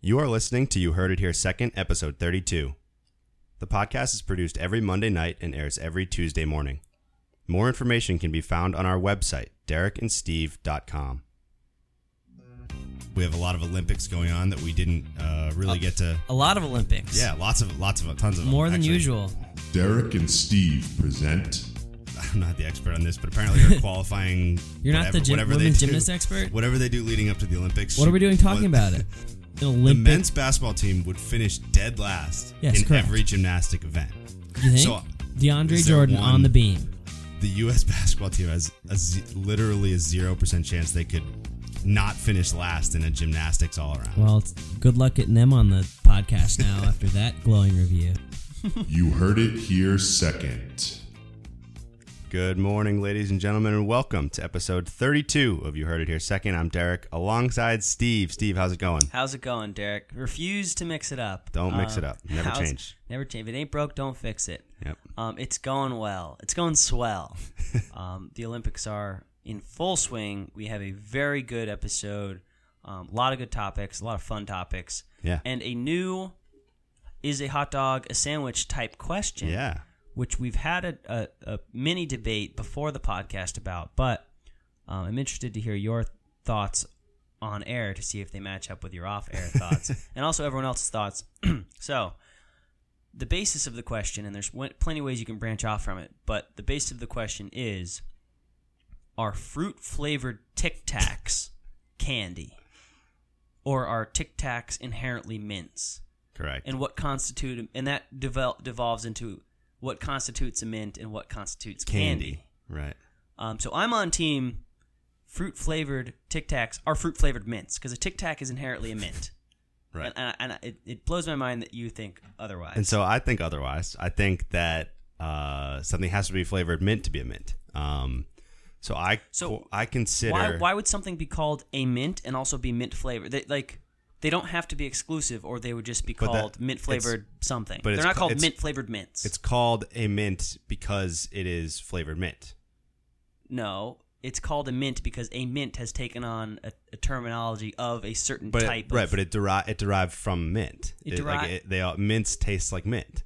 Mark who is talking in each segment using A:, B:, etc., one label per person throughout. A: You are listening to You Heard It Here Second, Episode 32. The podcast is produced every Monday night and airs every Tuesday morning. More information can be found on our website, derekandsteve.com. We have a lot of Olympics going on that we didn't uh, really get to.
B: A lot of Olympics.
A: Yeah, lots of, lots of, tons of them,
B: More than
A: actually.
B: usual.
C: Derek and Steve present.
A: I'm not the expert on this, but apparently they're qualifying.
B: You're not
A: whatever,
B: the gym-
A: whatever they
B: women's
A: do-
B: gymnast expert?
A: Whatever they do leading up to the Olympics.
B: What are we doing talking
A: what-
B: about it? An
A: The
B: Olympic.
A: men's basketball team would finish dead last
B: Yes,
A: in
B: correct.
A: every gymnastic event.
B: you think?
A: so,
B: DeAndre
A: is there
B: Jordan
A: one-
B: on the beam.
A: The U.S. basketball team has a z- literally a zero percent chance they could not finish last in a gymnastics all around.
B: Well, it's, good luck getting them on the podcast now after that glowing review.
C: You heard it here second.
A: Good morning, ladies and gentlemen, and welcome to episode 32 of You Heard It Here Second. I'm Derek, alongside Steve. Steve, how's it going?
D: How's it going, Derek? Refuse to mix it up. Uh,
A: Don't mix it up. Never
D: how's-
A: change.
D: Never change. If it ain't broke, don't fix it.
A: Yep.
D: Um, it's going well. It's going swell. um, the Olympics are in full swing. We have a very good episode. Um, a lot of good topics. A lot of fun topics.
A: Yeah.
D: And a new is a hot dog a sandwich type question
A: Yeah.
D: which we've had a, a, a mini debate before the podcast about, but um, I'm interested to hear your thoughts on air to see if they match up with your off air thoughts and also everyone else's thoughts. so, the basis of the question, and there's w- plenty of ways you can branch off from it, but the basis of the question is are fruit flavored Tic Tacs candy? Or are Tic Tacs inherently mints?
A: Correct.
D: and what constitute and that devel- devolves into what constitutes a mint and what constitutes candy.
A: Right.
D: Um, so I'm on team fruit flavored Tic Tacs are fruit flavored mints because a Tic Tac is inherently a mint.
A: Right.
D: And, and, I- and I- it, it blows my mind that you think otherwise.
A: And so I think otherwise. I think that uh, something has to be flavored mint to be a mint. Um, so I
D: So
A: I consider
D: why why would something be called a mint and also be mint flavored? They, like they don't have to be exclusive, or they would just be
A: But that-
D: called mint flavored something.
A: but
D: They're
A: it's
D: not
A: ca-
D: called
A: it's-
D: mint flavored mints.
A: it's called a mint because it is flavored mint.
D: No, it's called a mint because a mint has taken on a, a terminology of a certain
A: But it-
D: type.
A: right,
D: of,
A: but it derived it derived from mint.
D: It
A: like
D: deri-
A: it, they all, mints taste like mint.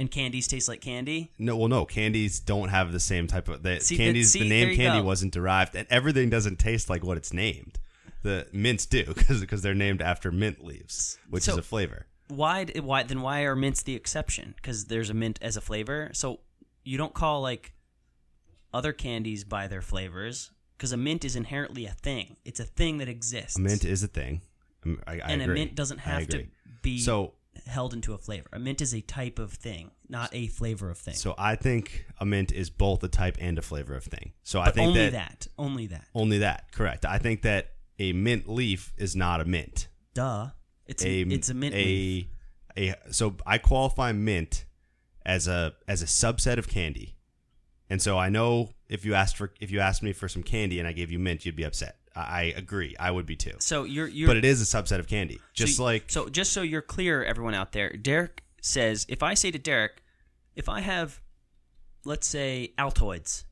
D: and candies taste like candy.
A: No, well, no, candies don't have the same type of. The,
D: See, that-
A: candies, the
D: see, there
A: name
D: you
A: candy
D: go.
A: wasn't derived, and everything doesn't taste like what it's named. The mints do because they're named after mint leaves, which is
D: So-
A: a flavor.
D: Why? d- Why then? Why are mints the exception? Because there's a mint as a flavor. So you don't call like other candies by their flavors because a mint is inherently a thing. It's a thing that exists.
A: A mint is a thing. Um, I, I
D: and
A: agree.
D: a mint doesn't
A: I
D: have to
A: agree.
D: be
A: So-
D: held into a flavor. A mint is a type of thing, not a flavor of thing.
A: So I think a mint is both a type and a flavor of thing. So I
D: But
A: think
D: only
A: that,
D: that. Only that.
A: only that correct. I think that a mint leaf is not a mint.
D: Duh. It's
A: a
D: a, it's a mint.
A: a,
D: leaf.
A: a so I qualify mint as a as a subset of candy. And so I know if you asked for if you asked me for some candy and I gave you mint, you'd be upset. I, I agree. I would be too.
D: So you're you're
A: But it is a subset of candy. Just
D: so, you-
A: like
D: so just so you're clear everyone out there derek says if i say to derek if i have let's say altoids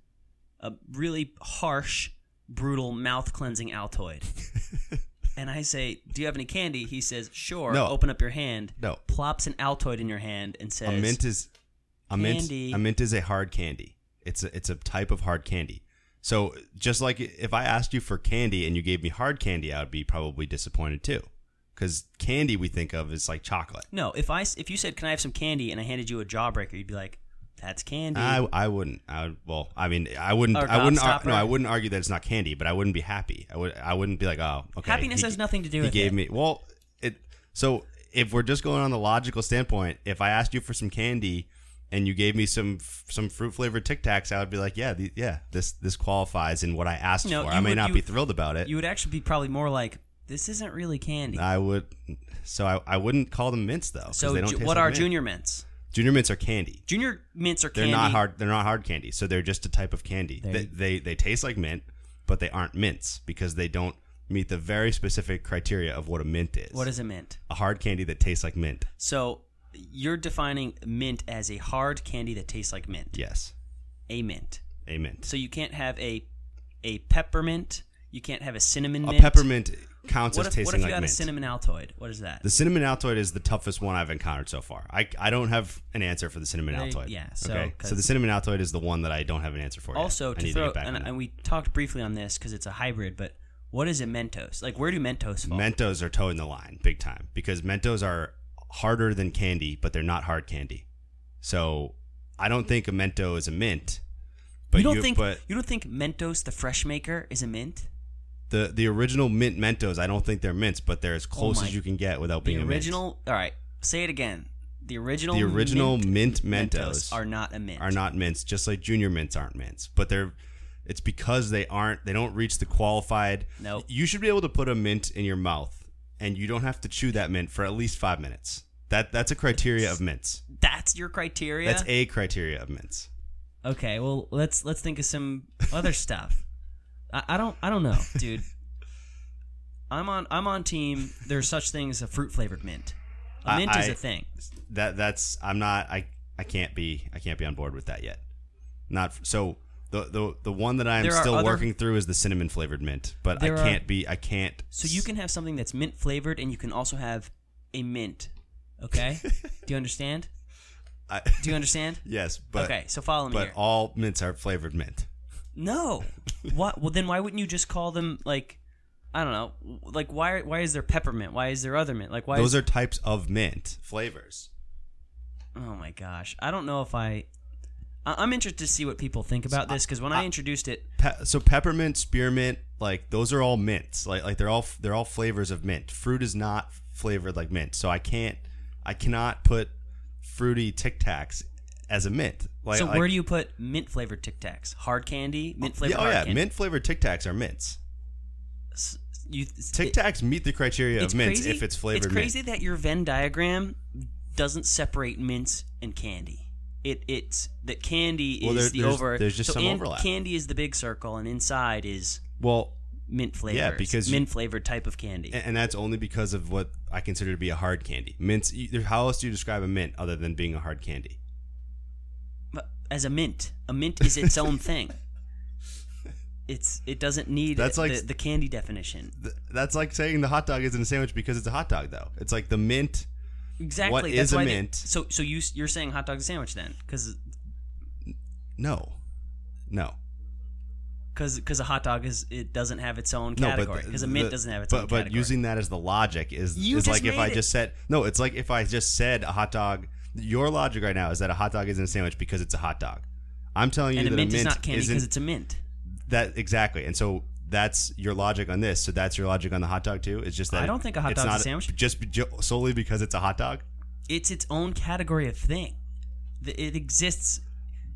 D: a really harsh brutal mouth cleansing altoid and i say do you have any candy he says sure
A: No.
D: open up your hand
A: No.
D: plops an altoid in your hand and says
A: a mint is a mint
D: Candy.
A: a mint is a hard candy it's a, it's a type of hard candy so just like if i asked you for candy and you gave me hard candy i would be probably disappointed too because candy we think of is like chocolate
D: no if i s- if you said can i have some candy and i handed you a jawbreaker you'd be like that's candy
A: I, I wouldn't I would, well I mean I wouldn't
D: Mm. Or
A: I wouldn't ar-
D: Gobstopper.
A: no I wouldn't argue that it's not candy but I wouldn't be happy I would I wouldn't be like oh okay
D: Happiness
A: he-
D: has nothing to do
A: he
D: with
A: gave
D: it.
A: me well it so if we're just going on the logical standpoint if I asked you for some candy and you gave me some some fruit flavored Tic Tacs I would be like yeah the, yeah this this qualifies in what I asked
D: No,
A: for
D: you
A: I may
D: would-
A: not
D: you
A: be
D: would-
A: thrilled about it
D: you would actually be probably more like this isn't really candy
A: I would so I, I wouldn't call them mints though 'cause
D: so
A: they don't
D: ju-
A: taste
D: what
A: like
D: are
A: mint.
D: junior mints
A: junior mints are candy
D: Junior mints are
A: They're
D: candy.
A: not hard. They're not hard candy. So they're just a type of candy.
B: There
A: They,
B: you-
A: they they taste like mint, but they aren't mints because they don't meet the very specific criteria of what a mint is.
D: What is a mint?
A: a hard candy that tastes like mint?
D: So you're defining mint as a hard candy that tastes like mint.
A: Yes,
D: A mint.
A: a mint.
D: So you can't have a a peppermint. You can't have a cinnamon
A: a
D: mint.
A: peppermint counts
D: What
A: as
D: if, what
A: tasting
D: if you
A: like
D: had
A: mint.
D: a cinnamon Altoid? What is that?
A: the cinnamon Altoid is the toughest one I've encountered so far. I, I don't have an answer for the cinnamon
D: There you-
A: Altoid.
D: yeah, so-
A: okay. So
D: 'cause-
A: the cinnamon Altoid is the one that I don't have an answer for. yet.
D: also,
A: I
D: to
A: need
D: throw,
A: to get back
D: and,
A: on that.
D: and we talked briefly on this because it's a hybrid, but what is a Mentos? Like, where do Mentos fall?
A: Mentos are toeing the line big time because Mentos are harder than candy, but they're not hard candy. So I don't think a Mento is a mint. But
D: you don't think
A: but
D: you don't think Mentos, the fresh maker, is a mint?
A: the the original mint Mentos, I don't think they're mints, but they're as close
D: Oh my-
A: as you can get without being
D: the
A: a mint.
D: original. All right, say it again. The original.
A: The original mint, Mentos,
D: Mentos are not a mint.
A: are not mints, just like junior mints aren't mints. But they're it's because they aren't they don't reach the qualified
D: Nope.
A: you should be able to put a mint in your mouth and you don't have to chew that mint for at least five minutes. That that's a criteria of mints.
D: That's your criteria.
A: That's a criteria of mints.
D: Okay, well let's let's think of some other stuff. I, I don't I don't know, dude. I'm on I'm on team. There's such things as a fruit flavored mint. A
A: I-
D: mint is
A: I-
D: a thing.
A: That that's I'm not I I can't be I can't be on board with that yet. Not so the the the one that I am
D: There are
A: still
D: other-
A: working through is the cinnamon flavored mint, but I
D: There are-
A: can't be I can't.
D: So you can have something that's mint flavored, and you can also have a mint. Okay, do you understand?
A: I,
D: Do you understand?
A: yes, but
D: okay, so follow me
A: but
D: here.
A: all mints are flavored mint.
D: no, what? Well, then why wouldn't you just call them like? I don't know. Like why? Why is there peppermint? Why is there other mint? Like why?
A: Those
D: is,
A: are types of mint flavors.
D: Oh my gosh, I don't know if I. I- I'm interested to see what people think about this because when I introduced it,
A: Pe- so peppermint, spearmint, like those are all mints. Like like they're all they're all flavors of mint. Fruit is not flavored like mint. So I can't I cannot put fruity Tic Tacs as a mint. Like
D: so
A: like-
D: where do you put mint flavored Tic Tacs? Hard candy, mint flavored.
A: Yeah, oh
D: hard
A: yeah,
D: candy.
A: mint flavored Tic Tacs are mints.
D: S- You
A: Tic
D: it-
A: Tacs meet the criteria
D: It's
A: of mints
D: crazy.
A: if it's flavored
D: It's crazy
A: mint.
D: that your Venn diagram doesn't separate mints and candy. It it's that candy
A: Well,
D: is
A: there-
D: the
A: there's-
D: over.
A: there's just
D: so
A: some
D: in-
A: overlap.
D: Candy is the big circle, and inside is
A: Well,
D: mint flavor.
A: because you-
D: mint flavored type of candy.
A: and, and that's only because of what I consider to be a hard candy. Mints. you- How else do you describe a mint other than being a hard candy?
D: But as a mint. A mint is its own thing. It's it doesn't need
A: That's like-
D: the, the candy definition.
A: Th- That's like saying the hot dog isn't a sandwich because it's a hot dog, though. It's like the mint.
D: Exactly.
A: What
D: that's
A: is a
D: why they-
A: mint?
D: so so you s- you're saying hot dog's a sandwich then? Because
A: No, no,
D: because a hot dog is it doesn't have its own
A: no.
D: category
A: But
D: because a
A: the-
D: mint
A: the-
D: doesn't have its
A: but,
D: own
A: But
D: category.
A: using that as the logic is
D: You
A: is
D: just
A: like if
D: made
A: I
D: it.
A: just said no. It's like if I just said a hot dog. Your logic right now is that a hot dog isn't a sandwich because it's a hot dog. I'm telling you
D: and a
A: that
D: mint,
A: a mint
D: is not candy
A: isn't-
D: because it's a mint.
A: That exactly, and so that's your logic on this. So that's your logic on the hot dog too. It's just that
D: I don't think a hot
A: it's
D: dog's a
A: not-
D: sandwich.
A: just be- ju- solely because it's a hot dog.
D: It's its own category of thing. The- It exists.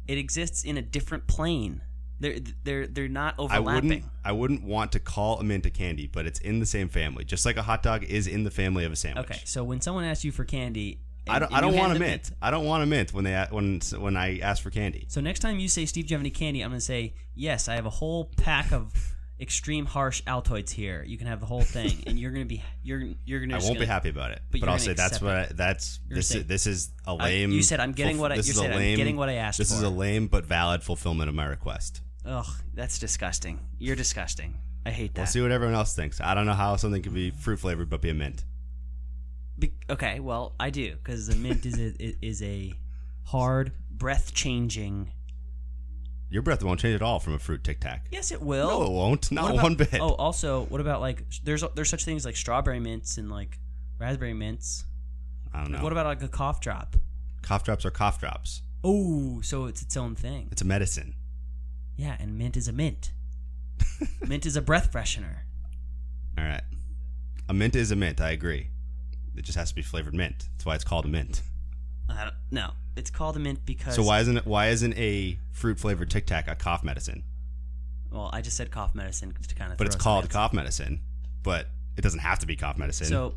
D: It exists in a different plane. They're they're they're not
A: I
D: overlapping.
A: wouldn't. I wouldn't want to call a mint a candy, but it's in the same family. Just like a hot dog is in the family of a sandwich.
D: Okay, so when someone asks you for candy,
A: I
D: and-
A: don't.
D: and
A: I
D: you
A: don't
D: hand
A: want a
D: them
A: mint. I don't want a mint when they a- when when I ask for candy.
D: So next time you say, "Steve, do you have any candy?" I'm gonna say, "Yes, I have a whole pack of extreme harsh Altoids here. You can have the whole thing, and you're gonna be you're you're gonna."
A: I
D: just
A: won't be
D: gonna-
A: happy about it.
D: but
A: But,
D: you're
A: I'll
D: gonna
A: say that's
D: accept
A: what I, that's
D: You're
A: this
D: saying-
A: is, this is a
D: I-
A: lame.
D: you said I'm getting
A: fulf-
D: what I-
A: this
D: you
A: is a
D: said I'm
A: lame-
D: getting what I asked
A: This is
D: for.
A: a lame but valid fulfillment of my request.
D: Ugh, that's disgusting. You're disgusting. I hate
A: We'll
D: that.
A: see what everyone else thinks. I don't know how something could be fruit flavored but be a mint.
D: Be- okay, well, I do because the mint is a i- is a hard, breath changing.
A: Your breath won't change at all from a fruit tic tac.
D: Yes, it will.
A: No, it won't. Not
D: What about-
A: one bit.
D: Oh, also, what about like sh- there's there's such things like strawberry mints and like raspberry mints.
A: I don't know.
D: What about like a cough drop?
A: cough drops are cough drops?
D: Oh, so it's its own thing.
A: It's a medicine.
D: Yeah, and mint is a mint. mint is a breath freshener.
A: All right. A mint is a mint. I agree. It just has to be flavored mint. That's why it's called a mint.
D: I don't, no, it's called a mint because.
A: So why isn't it, why isn't a fruit flavored tic tac a cough medicine?
D: Well, I just said cough medicine to kind of.
A: But it's called cough medicine. But it doesn't have to be cough medicine.
D: So,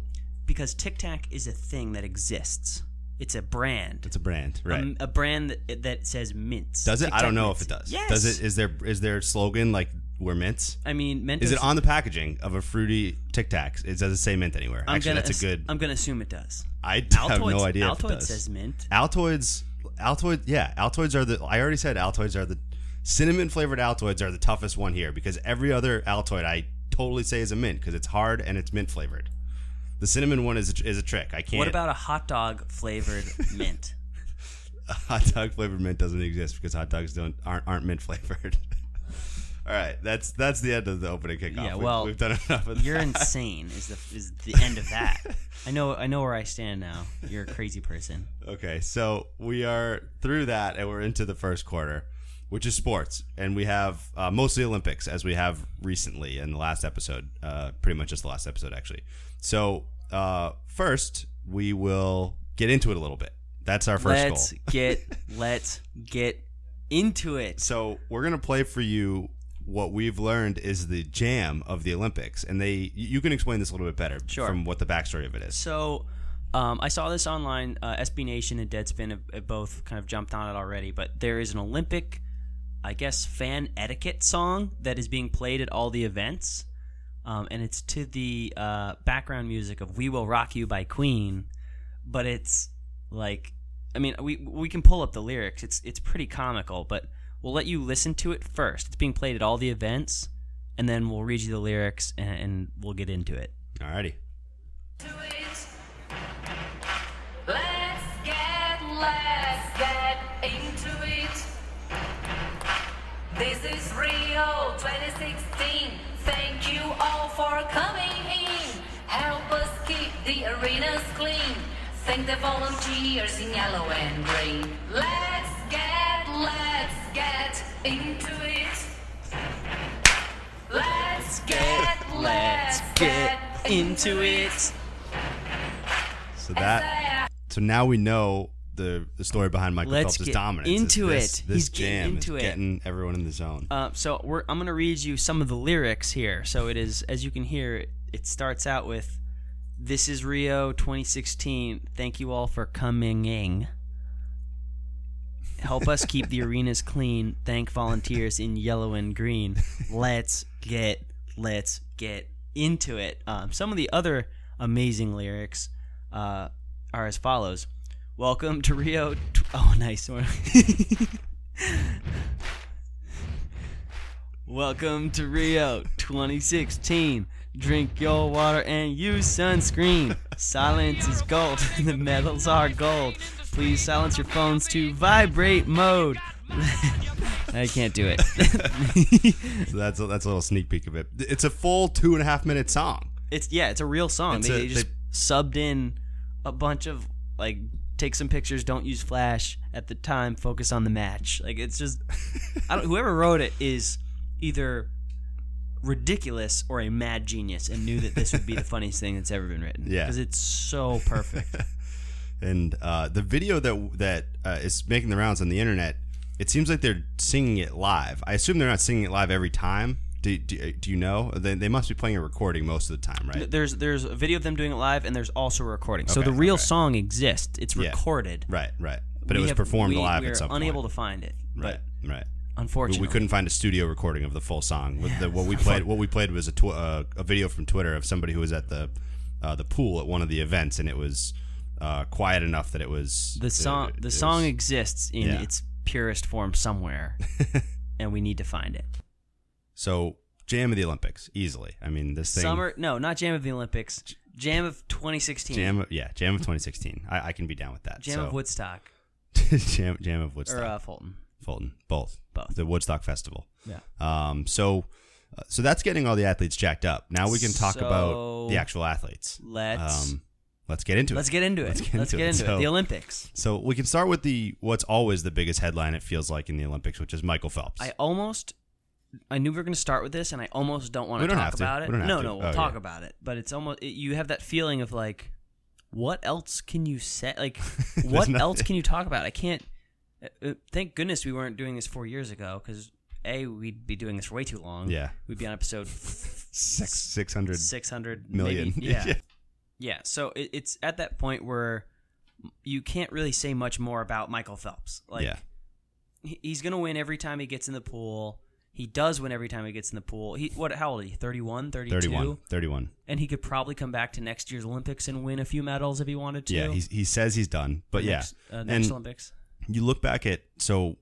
D: because Tic Tac is a thing that exists, it's a brand.
A: it's a brand, right?
D: A, a brand that, that says mints.
A: does it?
D: Tic
A: I
D: Tac
A: don't know
D: mints.
A: if it does.
D: Yes.
A: Does it? Is there is there a slogan like we're mints?
D: I mean, Mentos.
A: Is it on the packaging of a fruity Tic Tac? It doesn't say mint anywhere.
D: I'm
A: Actually,
D: gonna
A: that's a
D: ass-
A: good.
D: I'm gonna assume it does.
A: I d-
D: Altoids,
A: have no idea.
D: Altoids
A: if it does.
D: says mint.
A: Altoids, Altoids, yeah, Altoids are the. I already said Altoids are the cinnamon flavored Altoids are the toughest one here because every other Altoid I totally say is a mint because it's hard and it's mint flavored. The cinnamon one is a, is a trick. I can't.
D: What about a hot dog flavored mint?
A: hot dog flavored mint doesn't exist because hot dogs don't aren't, aren't mint flavored. All right, that's that's the end of the opening kickoff.
D: Yeah,
A: We've-
D: well,
A: we've, done enough of
D: You're
A: that.
D: insane. Is the is the end of that? I know. I know where I stand now. You're a crazy person.
A: Okay, so we are through that and we're into the first quarter, which is sports, and we have uh, mostly Olympics as we have recently in the last episode, uh, pretty much just the last episode actually. So uh, first, we will get into it a little bit. That's our 1st goal.
D: let's get let's get into it.
A: So we're gonna play for you what we've learned is the jam of the Olympics, and they you can explain this a little bit better
D: Sure.
A: from what the backstory of it is.
D: So um, I saw this online. Uh, SB Nation and Deadspin have, have both kind of jumped on it already, but there is an Olympic, I guess, fan etiquette song that is being played at all the events. Um, and it's to the uh, background music of "We Will Rock You" by Queen, but it's like, I mean, we we can pull up the lyrics. It's it's pretty comical, but we'll let you listen to it first. It's being played at all the events, and then we'll read you the lyrics and, and we'll get into it.
A: Alrighty,
E: to it. Let's get, let's get into it. This is Rio 2016. Thank you all for coming in. Help us keep the arenas clean. Thank the volunteers in yellow and green. Let's get, let's get into it. Let's get, let's get into it.
A: so that so now we know the the story behind Michael
D: Let's
A: Phelps'
D: get
A: dominance.
D: into
A: It's this,
D: it.
A: This
D: He's
A: jam
D: getting into
A: is
D: it.
A: getting everyone in the zone.
D: Uh, so we're, I'm going to read you some of the lyrics here. So it is, as you can hear, it starts out with, "This is Rio 2016. Thank you all for coming in. Help us keep the arenas clean. Thank volunteers in yellow and green. Let's get, let's get into it." Um, some of the other amazing lyrics uh, are as follows. Welcome to Rio. Tw- oh, nice. Welcome to Rio 2016. Drink your water and use sunscreen. Silence is gold, and the medals are gold. Please silence your phones to vibrate mode. I can't do it.
A: so that's a, that's a little sneak peek of it. It's a full two and a half minute song.
D: It's yeah, it's a real song.
A: It's
D: They,
A: a-
D: they just
A: they-
D: subbed in a bunch of like take some pictures, don't use flash at the time, focus on the match. Like it's just I don't whoever wrote it is either ridiculous or a mad genius and knew that this would be the funniest thing that's ever been written.
A: Yeah.
D: Because it's so perfect.
A: and uh, the video that that uh, is making the rounds on the internet, it seems like they're singing it live. I assume they're not singing it live every time. Do, do, do you know? They, they must be playing a recording most of the time, right?
D: there's there's a video of them doing it live and there's also a recording. so
A: Okay,
D: the real
A: okay.
D: song exists. It's recorded.
A: Right, right. But it
D: We
A: was
D: have-
A: performed
D: we,
A: live
D: we
A: at some
D: are unable
A: point.
D: to find it.
A: right, right.
D: But
A: We,
D: unfortunately
A: we couldn't find a studio recording of the full song. With the, what we played, what we played was a tw- uh, a video from Twitter of somebody who was at the uh, the pool at one of the events, and it was uh, quiet enough that it was
D: the song
A: it- it
D: the
A: was-
D: song exists in
A: Yeah.
D: its purest form somewhere and we need to find it
A: So jam of the Olympics, easily. I mean, this thing.
D: summer no not jam of the olympics jam of 2016 jam,
A: Jam, of- yeah, Jam of 2016. I, I can be down with that. so.
D: of woodstock
A: jam, jam of Woodstock,
D: or uh, fulton
A: Fulton, both,
D: both.
A: the Woodstock Festival.
D: yeah
A: Um, so, uh, so that's getting all the athletes jacked up. Now we can talk
D: So-
A: about the actual athletes.
D: let's
A: let's get into Um,
D: let's
A: it.
D: get into it
A: Let's
D: let's
A: get into
D: get into,
A: it.
D: it,
A: So-
D: the olympics
A: So we can start with the what's always the biggest headline. It feels like in the Olympics, which is Michael Phelps.
D: i almost i knew we were going to start with this and i almost don't want
A: We
D: to
A: don't
D: talk
A: have to.
D: about it
A: We don't have
D: no
A: to.
D: no we'll
A: Oh,
D: talk
A: yeah.
D: about it but it's almost it, you have that feeling of like what else can you say like
A: There's
D: what else
A: nothing.
D: can you talk about i can't uh, uh, thank goodness we weren't doing this four years ago because a we'd be doing this for way too long
A: Yeah.
D: we'd be on episode
A: Six six hundred
D: 600
A: million.
D: maybe- yeah yeah so it, it's at that point where you can't really say much more about michael phelps like
A: yeah.
D: he- he's gonna win every time he gets in the pool he does win every time he gets in the pool he what how old are you 31 32
A: 31, 31.
D: and he could probably come back to next year's olympics and win a few medals if he wanted to uh,
A: Yeah, he's, he says he's done, but yeah,
D: next, uh, next
A: and
D: olympics
A: you look back at so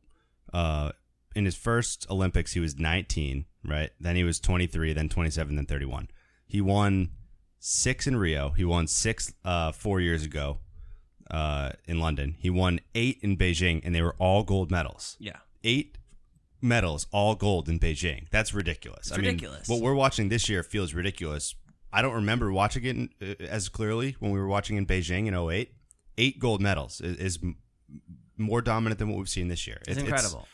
A: uh, in his first Olympics he was 19, right? Then he was 23, then 27, then 31. He won six in Rio. He won six uh, four years ago uh, in London. He won eight in Beijing, and they were all gold medals.
D: Yeah.
A: Eight medals, all gold in Beijing. That's ridiculous.
D: It's
A: I mean,
D: ridiculous.
A: what we're watching this year feels ridiculous. I don't remember watching it in, uh, as clearly when we were watching in Beijing in 08. Eight gold medals is, is m- more dominant than what we've seen this year. It-
D: It's incredible.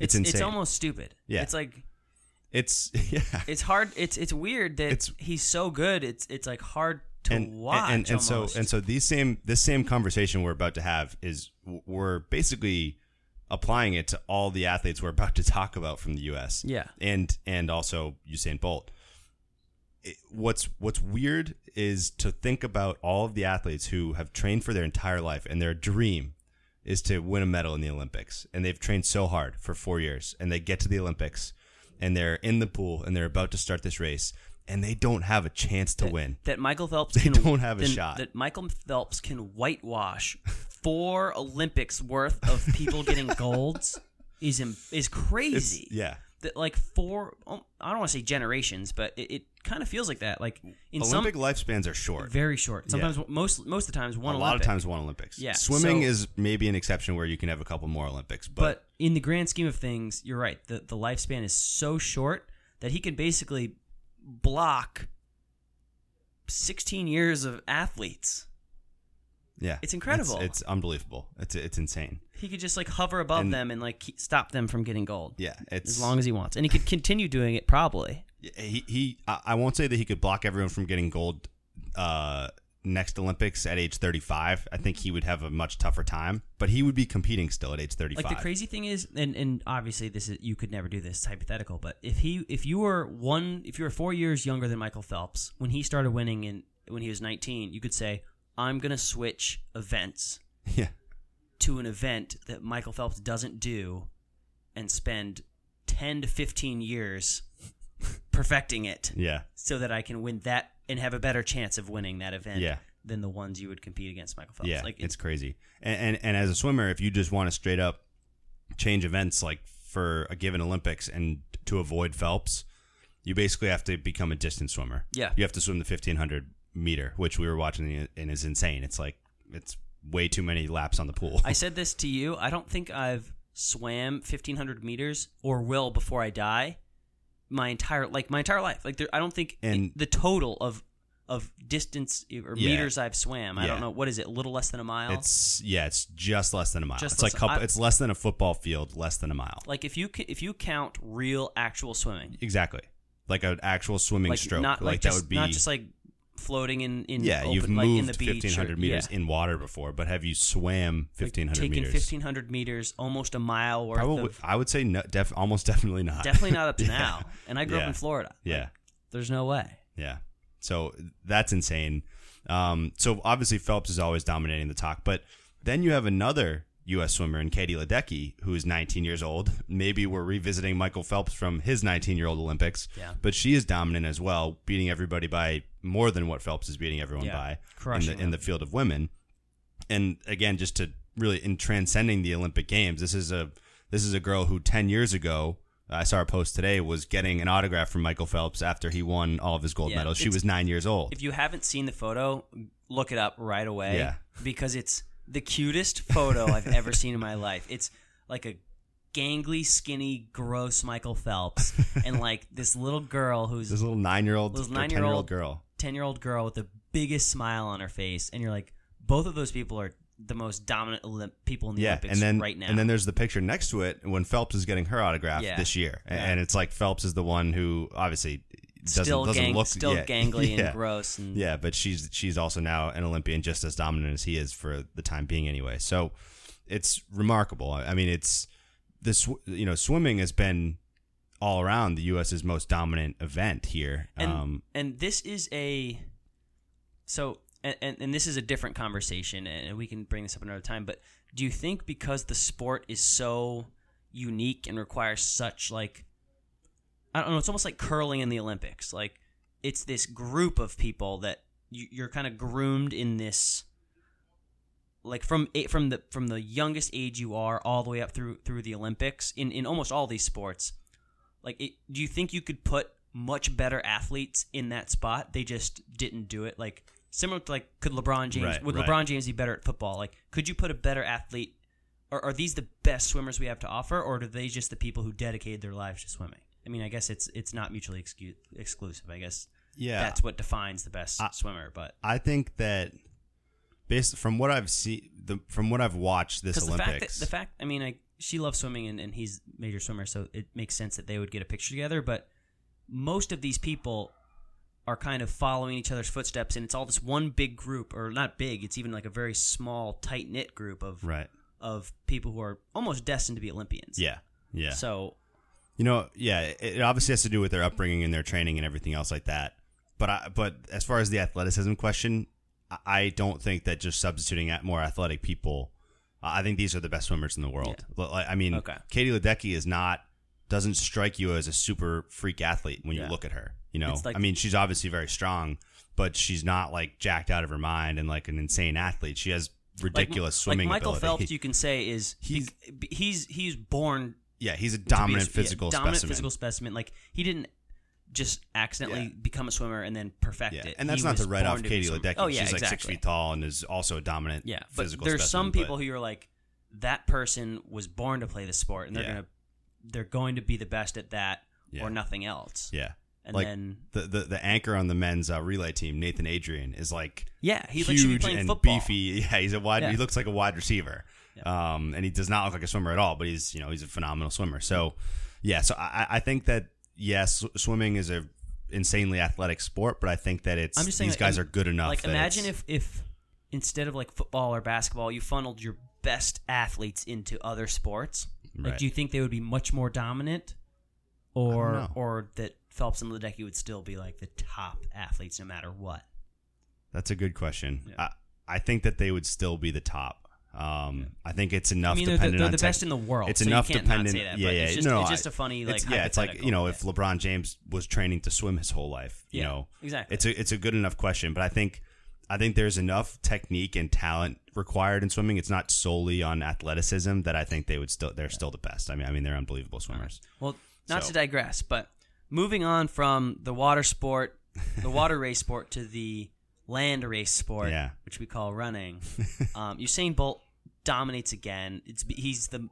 A: it's
D: It's It's
A: insane.
D: almost stupid.
A: Yeah.
D: It's like
A: It's, it's yeah.
D: it's hard. It's it's weird that
A: It's-
D: he's so good. It's it's like hard to
A: and,
D: watch.
A: And, and so
D: almost.
A: and so these same this same conversation we're about to have is w- we're basically applying it to all the athletes we're about to talk about from the U.S.
D: Yeah.
A: and and also Usain Bolt. It- what's what's weird is to think about all of the athletes who have trained for their entire life and their dream is to win a medal in the Olympics and they've trained so hard for 4 years and they get to the Olympics and they're in the pool and they're about to start this race and they don't have a chance to win.
D: that Michael Phelps
A: They
D: can,
A: don't have a
D: then-
A: shot.
D: That Michael Phelps can whitewash four Olympics worth of people getting golds is im- is
A: It's-
D: crazy.
A: yeah.
D: That like four. um, I don't want to say generations, but it, it kind of feels like that. Like in
A: Olympic
D: some
A: lifespans are short.
D: very short. Sometimes most most of the times
A: a
D: one
A: lot of
D: Olympic.
A: times one Olympics.
D: Yeah,
A: Swimming
D: so-
A: is maybe an exception where you can have a couple more Olympics, but,
D: but in the grand scheme of things, you're right. The the lifespan is so short that he could basically block 16 years of athletes.
A: yeah,
D: it's incredible.
A: It's, it's unbelievable. It's it's insane.
D: He could just like hover above
A: And-
D: them and like keep, stop them from getting gold.
A: Yeah, it's
D: as long as he wants, and he could continue doing it probably.
A: he he. I, I won't say that he could block everyone from getting gold uh, next Olympics at age thirty five. I think he would have a much tougher time, but he would be competing still at age thirty five.
D: Like the crazy thing is, and and obviously this is you could never do this it's hypothetical, but if he if you were one if you were four years younger than Michael Phelps when he started winning in when he was 19, you could say I'm gonna switch events
A: yeah,
D: to an event that Michael Phelps doesn't do and spend 10 to 15 years perfecting it
A: yeah,
D: so that I can win that and have a better chance of winning that event
A: Yeah.
D: than the ones you would compete against Michael Phelps.
A: yeah.
D: like
A: it's crazy. And, and and as a swimmer, if you just want to straight up change events like for a given Olympics and to avoid Phelps, you basically have to become a distance swimmer.
D: Yeah.
A: You have to swim the 1500 meter, which we were watching and is insane. It's like, it's way too many laps on the pool.
D: I said this to you. I don't think I've swam 1500 meters or will before I die my entire like my entire life. Like there, I don't think
A: And-
D: the total of of distance or
A: Yeah.
D: meters I've swam. I
A: Yeah.
D: don't know what is it, a little less than a mile.
A: it's, yeah, it's just less than a mile.
D: Just
A: it's like,
D: less-
A: couple,
D: I-
A: it's less than a football field, less than a mile.
D: like if you ca- if you count real actual swimming,
A: exactly. Like an actual swimming
D: like
A: stroke.
D: not
A: like,
D: like just,
A: that would be.
D: not just like floating in in
A: yeah,
D: open,
A: you've
D: like,
A: moved
D: in the beach or-
A: 1500 meters
D: yeah.
A: in water before, but have you swam
D: Like,
A: 1500
D: taking
A: meters?
D: 1500 meters almost a mile worth
A: Probably,
D: of
A: I would say no, def, almost definitely not.
D: definitely not up to
A: Yeah.
D: now and i grew
A: Yeah.
D: up in florida
A: Yeah.
D: Like, there's no way
A: Yeah. So that's insane. Um, so obviously Phelps is always dominating the talk, but then you have another U.S. swimmer in Katie Ledecky, who is 19 years old. Maybe we're revisiting Michael Phelps from his 19-year-old Olympics,
D: Yeah.
A: but she is dominant as well, beating everybody by more than what Phelps is beating everyone
D: Yeah.
A: by in
D: Crushing
A: the, in the
D: them.
A: field of women. And again, just to really in transcending the Olympic Games, this is a this is a girl who 10 years ago. I saw her post today was getting an autograph from Michael Phelps after he won all of his gold
D: Yeah,
A: medals. She
D: it's-
A: was nine years old.
D: if you haven't seen the photo look it up right away
A: Yeah.
D: because it's the cutest photo i've ever seen in my life it's like a gangly skinny gross michael phelps and like this little girl who's
A: this little nine-year-old,
D: This
A: or ten-year-old
D: nine-year-old-
A: girl.
D: 10 year old girl with the biggest smile on her face and you're like both of those people are the most dominant Olymp- people in the
A: Yeah,
D: olympics
A: and then
D: right now
A: and then there's the picture next to it when Phelps is getting her autograph
D: Yeah.
A: this year, A-
D: Yeah.
A: and it's like Phelps is the one who obviously doesn't,
D: still
A: doesn't
D: gang-
A: look
D: still
A: yeah,
D: gangly
A: yeah,
D: and gross and
A: Yeah, but she's she's also now an Olympian, just as dominant as he is for the time being, anyway. So it's remarkable. I I mean, it's this you know swimming has been all around the U.S.'s most dominant event here.
D: and,
A: um,
D: and this is a so and, and and this is a different conversation and we can bring this up another time but do you think because the sport is so unique and requires such like i don't know it's almost like curling in the olympics like it's this group of people that you, you're kind of groomed in this like from a- from the from the youngest age you are all the way up through through the Olympics in in almost all these sports. Like, it, do you think you could put much better athletes in that spot? They just didn't do it. Like similar to like, could LeBron James
A: Right,
D: would
A: right.
D: LeBron James be better at football? Like, could you put a better athlete? Are, are these the best swimmers we have to offer, or are they just the people who dedicated their lives to swimming? I mean, I guess it's it's not mutually excu- exclusive. I guess
A: Yeah.
D: that's what defines the best
A: I-
D: swimmer. But
A: I think that based from what I've seen, the, from what I've watched this
D: Because the
A: Olympics,
D: fact that the fact, I mean, I she loves swimming and, and he's a major swimmer, so it makes sense that they would get a picture together. But most of these people are kind of following each other's footsteps, and it's all this one big group, or not big. It's even like a very small, tight knit group of
A: right?
D: of people who are almost destined to be Olympians.
A: Yeah, yeah.
D: So
A: You know, yeah, it, it obviously has to do with their upbringing and their training and everything else like that. But I, but as far as the athleticism question, I, I don't think that just substituting at more athletic people. I I think these are the best swimmers in the world. L- I I mean,
D: Okay.
A: Katie Ledecky is not doesn't strike you as a super freak athlete when you
D: Yeah.
A: look at her. You know,
D: It's like-
A: I mean, she's obviously very strong, but she's not like jacked out of her mind and like an insane athlete. She has
D: like-
A: ridiculous
D: like,
A: swimming
D: Michael
A: ability.
D: Phelps, you can say is he's
A: He's-
D: he's he's born
A: yeah, he's a
D: to be a-
A: dominant
D: yeah,
A: physical
D: dominant
A: specimen.
D: physical specimen. Like he didn't just accidentally
A: Yeah.
D: become a swimmer and then perfect
A: Yeah,
D: it.
A: and that's
D: He
A: not to
D: was
A: write
D: born
A: off
D: be a
A: Katie
D: swimmer.
A: Ledecky.
D: Oh yeah,
A: She's like
D: exactly.
A: six feet tall and is also a dominant
D: Yeah, but
A: physical
D: there's
A: specimen,
D: some
A: but-
D: people who you're like that person was born to play the sport and they're
A: Yeah.
D: gonna they're going to be the best at that
A: Yeah.
D: or nothing else.
A: yeah,
D: And
A: like
D: then
A: the, the the anchor on the men's uh, relay team, Nathan Adrian, is like
D: yeah, he like, should be
A: huge
D: playing
A: and
D: football.
A: beefy. Yeah, he's a wide. He
D: Yeah.
A: looks like a wide receiver, um, and he does not look like a swimmer at all. But he's you know he's a phenomenal swimmer. So yeah, so I, I think that yes, sw- swimming is a insanely athletic sport, but I think that it's
D: I'm just saying
A: these
D: like,
A: guys
D: im-
A: are good enough.
D: Like
A: that
D: imagine
A: it's-
D: if if instead of like football or basketball, you funneled your best athletes into other sports.
A: Right.
D: Like, do you think they would be much more dominant, or
A: know.
D: or that Phelps and Ledecky would still be like the top athletes no matter what?
A: that's a good question.
D: Yeah.
A: I I think that they would still be the top. Um, I think it's enough.
D: I mean, they're, the-
A: dependent
D: they're
A: on
D: the
A: tech-
D: best in the world.
A: It's
D: so
A: enough
D: you can't not
A: dependent.
D: say that,
A: yeah,
D: but
A: yeah.
D: It's just,
A: no,
D: it's
A: I-
D: just a funny like.
A: it's, yeah, it's like you know, if
D: hypothetical.
A: LeBron James was training to swim his whole life, you
D: Yeah,
A: know,
D: exactly.
A: It's a it's a good enough question, but I think I think there's enough technique and talent required in swimming. It's not solely on athleticism that I think they would still they're still the best. I mean, I mean they're unbelievable swimmers.
D: Well, not
A: So-
D: to digress, but moving on from the water sport, the water race sport, to the land race sport,
A: Yeah.
D: which we call running. um, Usain Bolt dominates again. It's he's the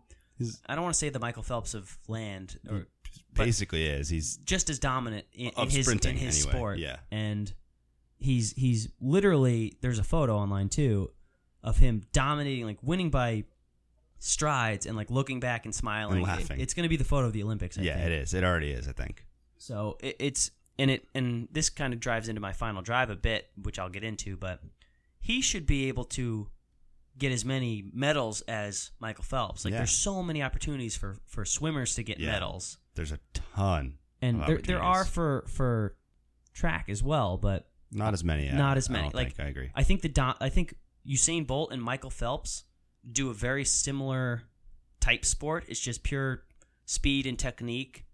D: I don't want to say the Michael Phelps of land, or, but
A: Basically, is he's
D: just as dominant in, in
A: Mm. Of
D: his in
A: sprinting,
D: his
A: anyway,
D: sport.
A: yeah.
D: and he's he's literally there's a photo online too of him dominating, like winning by strides and like looking back and smiling
A: And
D: It-
A: laughing.
D: it's going to be the photo of the Olympics. I
A: yeah,
D: think.
A: it is. It already is. I think.
D: So it, it's and it and this kind of drives into my final drive a bit, which I'll get into, but he should be able to get as many medals as Michael Phelps. Like
A: Yeah.
D: there's so many opportunities for for swimmers to get
A: Yeah.
D: medals.
A: There's a ton,
D: And
A: of
D: there there are
A: opportunities.
D: for for track as well, but
A: not as many. I-
D: not as
A: I
D: many.
A: don't
D: like
A: think. I agree.
D: I think the do- I think Usain Bolt and Michael Phelps do a very similar type sport. It's just pure speed and technique.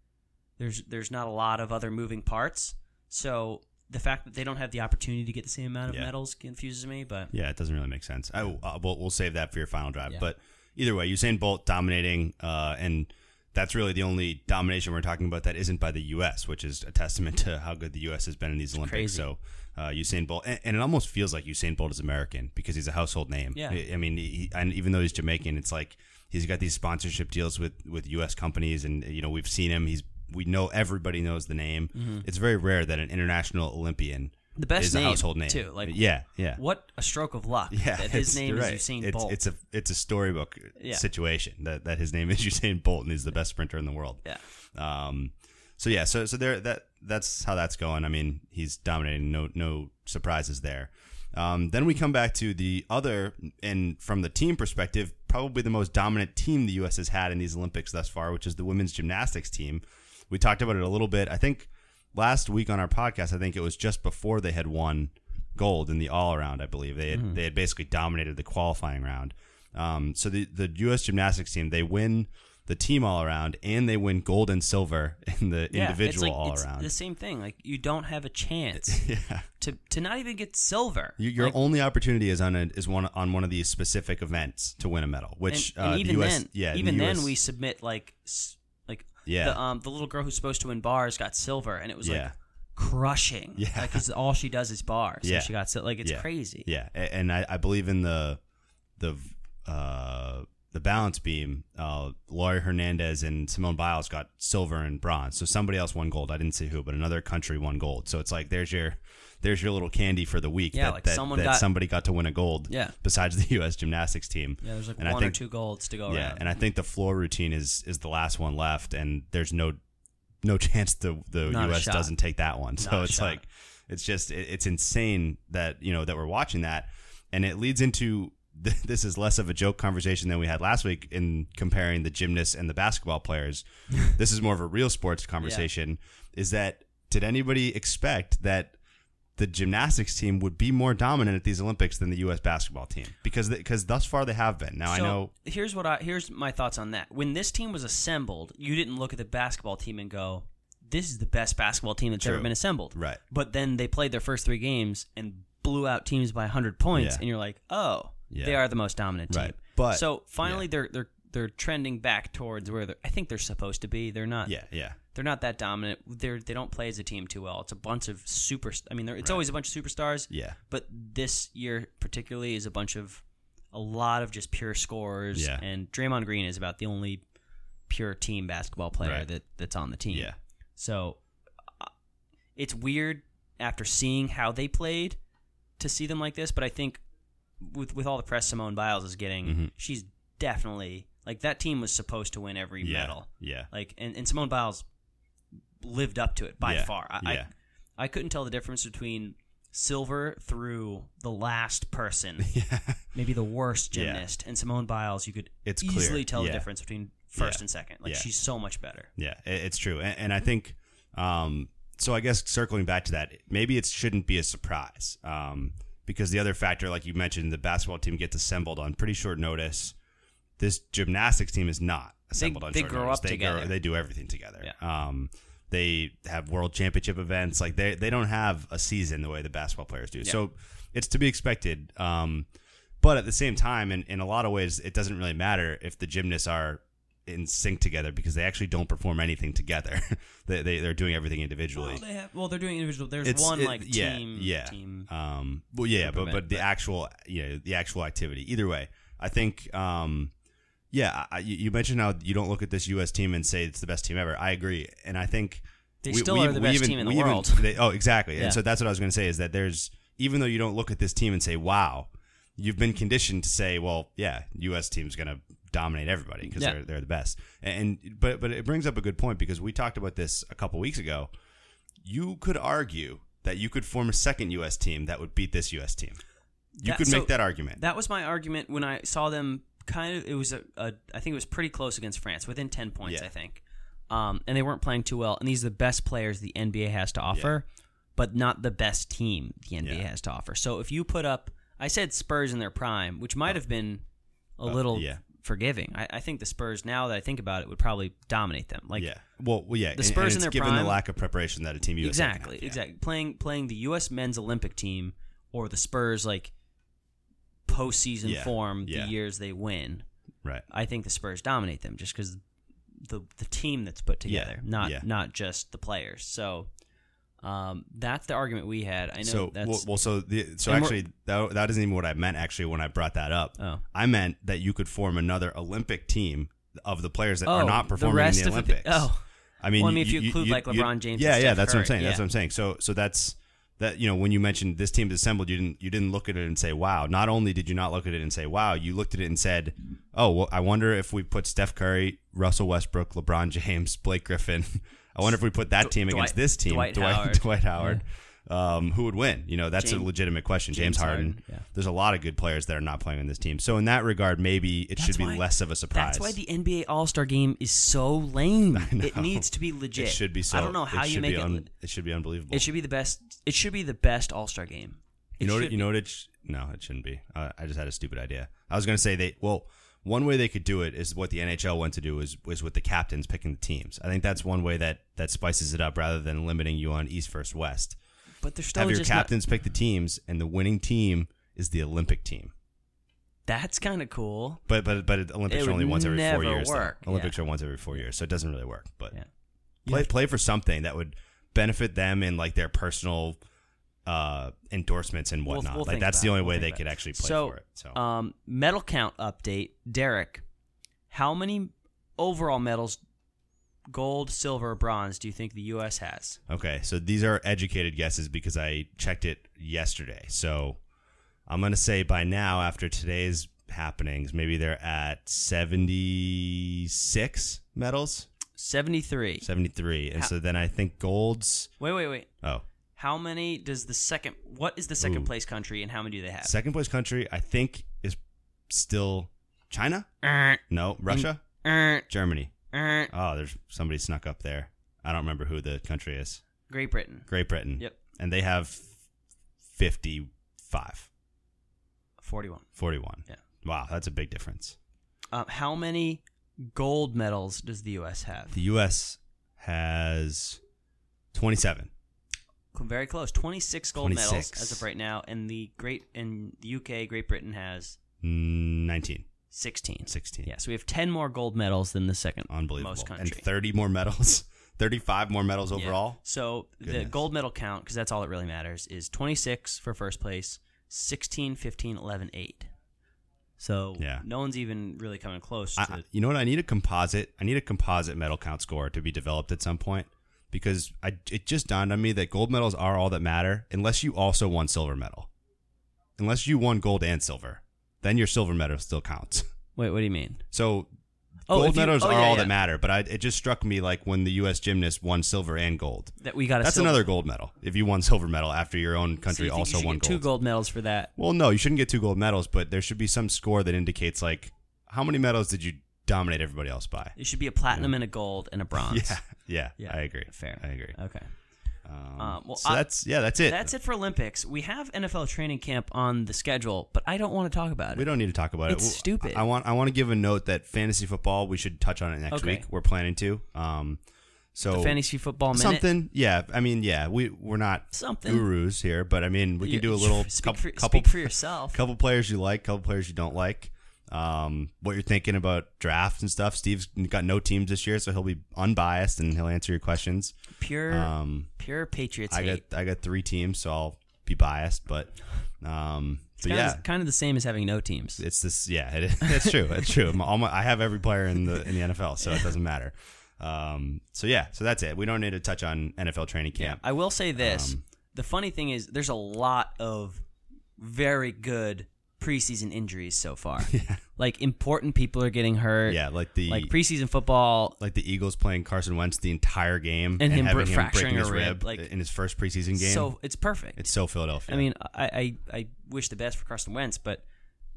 D: There's there's not a lot of other moving parts. So the fact that they don't have the opportunity to get the same amount of
A: Yeah.
D: medals confuses me. But
A: Yeah, it doesn't really make sense. I, uh, we'll, we'll save that for your final drive.
D: Yeah.
A: But either way, Usain Bolt dominating, uh, and that's really the only domination we're talking about that isn't by the U.S., which is a testament to how good the U.S. has been in these Olympics.
D: crazy.
A: So uh, Usain Bolt, and, and it almost feels like Usain Bolt is American because he's a household name.
D: Yeah.
A: I, I mean, he, and even though he's Jamaican, it's like he's got these sponsorship deals with with U.S. companies, and you know we've seen him. He's we know everybody knows the name. It's very rare that an international Olympian
D: the Mm-hmm. best
A: is
D: name,
A: a household name
D: too. Like
A: yeah, yeah.
D: what a stroke of luck
A: Yeah,
D: that
A: it's-
D: his name
A: you're
D: is
A: right.
D: Usain
A: it's,
D: Bolt.
A: It's a it's a storybook
D: Yeah.
A: situation that, that his name is Usain Bolt and he's the best sprinter in the world.
D: yeah.
A: Um, so yeah, so so there that that's how that's going. I mean, he's dominating. No no surprises there. Um, then we come back to the other, and from the team perspective, probably the most dominant team the U.S. has had in these Olympics thus far, which is the women's gymnastics team. We talked about it a little bit. I think last week on our podcast, I think it was just before they had won gold in the all around. I believe they had,
D: Hmm.
A: they had basically dominated the qualifying round. Um, so the the U.S. gymnastics team they win the team all around, and they win gold and silver in the
D: Yeah, it's
A: individual
D: like-
A: all
D: it's
A: around.
D: The same thing. Like you don't have a chance
A: yeah.
D: to to not even get silver.
A: You, your
D: Like,
A: only opportunity is on a, is one on one of these specific events to win a medal, which
D: and, and
A: uh, the
D: even
A: US,
D: then,
A: yeah, the
D: even
A: US
D: then we submit like s- like
A: Yeah.
D: the um the little girl who's supposed to win bars got silver, and it was
A: Yeah.
D: like crushing.
A: Yeah.
D: because all she does is bars.
A: Yeah.
D: and she got sil- like it's
A: yeah,
D: crazy.
A: Yeah, A- and I, I believe in the the uh, the balance beam. Uh, Laurie Hernandez and Simone Biles got silver and bronze. So somebody else won gold. I didn't see who, but another country won gold. So it's like there's your there's your little candy for the week.
D: Yeah,
A: that,
D: like
A: that,
D: someone
A: that
D: got-
A: somebody got to win a gold.
D: Yeah.
A: Besides the U.S. gymnastics team.
D: Yeah, there's like
A: And I
D: one
A: think-
D: or two golds to go
A: yeah,
D: around.
A: and I think the floor routine is is the last one left, and there's no no chance the the
D: Not a
A: U.S.
D: shot.
A: doesn't take that one. So
D: Not a
A: it's
D: shot.
A: like it's just it, it's insane that you know that we're watching that, and it leads into th- this is less of a joke conversation than we had last week in comparing the gymnasts and the basketball players. this is more of a real sports conversation. Is that did anybody expect that? The gymnastics team would be more dominant at these Olympics than the U.S. basketball team because because thus far they have been. Now I
D: So,
A: know
D: Here's what I here's my thoughts on that. When this team was assembled, you didn't look at the basketball team and go, "This is the best basketball team that's
A: True.
D: ever been assembled."
A: Right.
D: But then they played their first three games and blew out teams by 100 points,
A: Yeah.
D: and you're like, "Oh,
A: Yeah.
D: they are the most dominant team."
A: Right. But-
D: so finally,
A: yeah.
D: they're they're they're trending back towards where they're, I think they're supposed to be. They're not.
A: Yeah, yeah,
D: They're not that dominant. They're they don't play as a team too well. It's a bunch of super. I mean, they're- it's always a bunch of superstars.
A: yeah,
D: but this year particularly is a bunch of a lot of just pure scorers.
A: Yeah.
D: And Draymond Green is about the only pure team basketball player
A: Right.
D: that that's on the team.
A: yeah,
D: So uh, it's weird after seeing how they played to see them like this, but I think with with all the press Simone Biles is getting,
A: Mhm.
D: she's definitely like that team was supposed to win every
A: yeah,
D: medal.
A: yeah,
D: Like and, and Simone Biles lived up to it by
A: Yeah,
D: far. I,
A: yeah.
D: I I couldn't tell the difference between silver through the last person,
A: yeah,
D: maybe the worst
A: Yeah.
D: gymnast, and Simone Biles. You could
A: It's clear,
D: easily tell
A: yeah.
D: the difference between first
A: Yeah,
D: and second. Like
A: yeah.
D: she's so much better.
A: yeah. i- It's true, and, and I think um, so. I guess circling back to that, maybe it shouldn't be a surprise um, because the other factor, like you mentioned, the basketball team gets assembled on pretty short notice. This gymnastics team is not assembled on
D: they
A: short
D: grow
A: notice.
D: up
A: they
D: together.
A: they do everything together. Um, they have world championship events. Like they they don't have a season the way the basketball players do. So it's to be expected. Um, But at the same time, in, in a lot of ways, it doesn't really matter if the gymnasts are in sync together because they actually don't perform anything together. they, they, they're doing everything individually.
D: Well, they have. Well, they're doing individual. There's
A: It's-
D: one
A: it-
D: like
A: yeah,
D: team.
A: yeah.
D: Team.
A: Um, well, yeah, but,
D: event,
A: but the
D: but-
A: actual, you know, the actual activity. Either way, I think, um, yeah, I, you you mentioned how you don't look at this U.S. team and say it's the best team ever. I agree, and I think
D: They still are the best team in the
A: we even-
D: world.
A: they- oh, exactly.
D: Yeah.
A: And so that's what I was going to say is that there's even though you don't look at this team and say, "Wow," you've been conditioned to say, "Well, yeah, U.S. team's going to dominate everybody because
D: Yeah.
A: they're they're the best." And but but it brings up a good point because we talked about this a couple weeks ago. You could argue that you could form a second U.S. team that would beat this U.S. team. You
D: That-
A: could
D: so
A: make that argument.
D: That was my argument when I saw them. Kind of, it was a, a. I think it was pretty close against France, within ten points,
A: Yeah.
D: I think. Um, and they weren't playing too well. And these are the best players the NBA has to offer, but not the best team the NBA
A: Yeah.
D: has to offer. So if you put up, I said Spurs in their prime, which might have been a little
A: Oh. yeah.
D: forgiving. I, I think the Spurs, now that I think about it, would probably dominate them. Like
A: yeah. Well, well, yeah.
D: the
A: and- and
D: Spurs in
A: it's
D: their
A: given
D: prime-
A: the lack of preparation that a team USA can have.
D: exactly,
A: Yeah.
D: exactly. Playing playing the U.S. men's Olympic team or the Spurs like postseason
A: Yeah,
D: form
A: yeah.
D: the years they win.
A: Right.
D: I think the Spurs dominate them just because the the team that's put
A: Yeah,
D: together, not
A: yeah.
D: not just the players. So um, that's the argument we had. I know
A: so
D: that's
A: well, well so the, so
D: And we're-
A: actually that, that isn't even what i meant actually when i brought that up
D: Oh.
A: i meant that you could form another olympic team of the players that are
D: Oh,
A: not
D: the
A: performing
D: rest
A: in the
D: of
A: olympics
D: oh,
A: i mean
D: Well, I mean, if you include, like, LeBron James and
A: yeah yeah
D: Steph
A: that's what i'm
D: Curry,
A: saying that's
D: yeah.
A: what i'm saying so so that's that you know when you mentioned this team is assembled you didn't you didn't look at it and say wow not only did you not look at it and say wow you looked at it and said oh well i wonder if we put steph curry russell westbrook lebron james blake griffin i wonder if we put that
D: Dw-
A: team against
D: Dwight-
A: this team
D: Dwight Howard.
A: Dwight Howard. Um, who would win? You know, that's
D: James-
A: a legitimate question. James,
D: James
A: Harden.
D: Harden, yeah.
A: There's a lot of good players that are not playing on this team. So in that regard, maybe it should
D: That's
A: be
D: why-
A: less of a surprise.
D: That's why the NBA All Star Game is so lame. It
A: know.
D: needs to be legit.
A: It should be so.
D: I don't know
A: it
D: how you
A: should
D: make
A: be
D: it.
A: un- it should be unbelievable.
D: it should be the best. It should be the best All Star Game.
A: you know
D: it
A: what?
D: should
A: You know what? It sh- no, it shouldn't be. Uh, I just had a stupid idea. I was going to say they. Well, One way they could do it is what the NHL went to do is is with the captains picking the teams. I think that's one way that that spices it up rather than limiting you on East versus West.
D: But they're still
A: Have your
D: just not-
A: captains pick the teams, and the winning team is the Olympic team.
D: that's kind of cool.
A: But but but Olympics
D: It
A: are only
D: would
A: once every
D: never
A: four years. though.
D: work,
A: Olympics
D: yeah.
A: are once every four years, so it doesn't really work. But
D: Yeah.
A: play play for something that would benefit them in like their personal uh, endorsements and
D: We'll-
A: whatnot.
D: we'll
A: like
D: think
A: that's
D: about
A: the
D: it.
A: only
D: We'll
A: way they
D: think about
A: could
D: it.
A: actually play
D: so,
A: for it. So
D: um, medal count update, Derek. How many overall medals, gold, silver, bronze, do you think the U.S. has?
A: okay, so these are educated guesses because I checked it yesterday. So I'm gonna say by now, after today's happenings, maybe they're at 76 medals,
D: Seventy-three.
A: 73, and
D: How-
A: so then I think golds.
D: Wait, wait, wait.
A: Oh,
D: How many does the second? What is the second place country, and how many do they have?
A: Second place country, I think, is still China.
D: Er,
A: No, Russia,
D: er,
A: Germany.
D: er.
A: Oh, there's somebody snuck up there. I don't remember who the country is.
D: Great Britain.
A: Great Britain.
D: Yep.
A: And they have 55,
D: Forty-one.
A: 41.
D: Yeah.
A: Wow, that's a big difference.
D: Um, how many gold medals does the U.S. have?
A: The U.S. has 27.
D: Very close. Twenty-six gold medals
A: 26.
D: as of right now, and the Great and the U.K. Great Britain has
A: Mm, 19.
D: 16.
A: 16.
D: Yeah, so we have 10 more gold medals than the second
A: Unbelievable.
D: most country.
A: and 30 more medals, 35 more medals
D: Yeah.
A: overall.
D: So the
A: Goodness.
D: gold medal count, because that's all that really matters, is 26 for first place, 16, 15, 11, 8. So
A: Yeah.
D: no one's even really coming close to.
A: I- I, you know what? I need a composite. I need a composite medal count score to be developed at some point because I, it just dawned on me that gold medals are all that matter unless you also won silver medal. Unless you won gold and silver, then your silver medal still counts.
D: wait, what do you mean?
A: So
D: Oh, if
A: gold
D: you-
A: medals
D: oh,
A: are
D: yeah,
A: all
D: yeah.
A: that matter, but I, it just struck me like when the U.S. gymnast won silver and gold.
D: That we got a
A: That's
D: silver-
A: another gold medal if you won silver medal after your own
D: So
A: country
D: you think you
A: also
D: should
A: won
D: get two gold medals for that.
A: well, no, you shouldn't get two gold medals, but there should be some score that indicates like how many medals did you dominate everybody else by.
D: It should be a platinum and a gold and a bronze.
A: Yeah, yeah,
D: Yeah,
A: I agree.
D: Fair.
A: I agree.
D: Okay.
A: Um,
D: Uh, well,
A: so
D: I-
A: that's yeah, that's it.
D: That's it for Olympics. We have NFL training camp on the schedule, but I don't want to talk about it.
A: We don't need to talk about
D: It's
A: it. W-
D: stupid.
A: I want I want to give a note that fantasy football we should touch on it next
D: Okay.
A: week. We're planning to. Um, so
D: the fantasy football minute.
A: something. Yeah, I mean, yeah, we we're not
D: Something.
A: gurus here, but I mean, we
D: You-
A: can do a little
D: speak
A: coup-
D: for-
A: couple
D: speak for yourself.
A: couple players you like, couple players you don't like. Um, what you're thinking about drafts and stuff. Steve's got no teams this year, so he'll be unbiased and he'll answer your questions.
D: pure
A: Um,
D: pure Patriots
A: I got
D: hate.
A: I got three teams, so I'll be biased, but um, but
D: kind,
A: yeah,
D: of, kind of the same as having no teams.
A: it's this. Yeah, it, it's true. It's true. My- all my- I have every player in the in the NFL, so it doesn't matter. Um, so yeah, so that's it. We don't need to touch on NFL training camp.
D: I will say this:
A: um,
D: the funny thing is, there's a lot of very good preseason injuries so far. Like important people are getting hurt.
A: Yeah, like the
D: like preseason football.
A: like the Eagles playing Carson Wentz the entire game
D: And him
A: having
D: br-
A: him
D: fracturing
A: breaking his
D: a
A: rib,
D: rib, like-
A: in his first preseason game.
D: So it's perfect.
A: it's so Philadelphia.
D: I mean, I, I I wish the best for Carson Wentz, but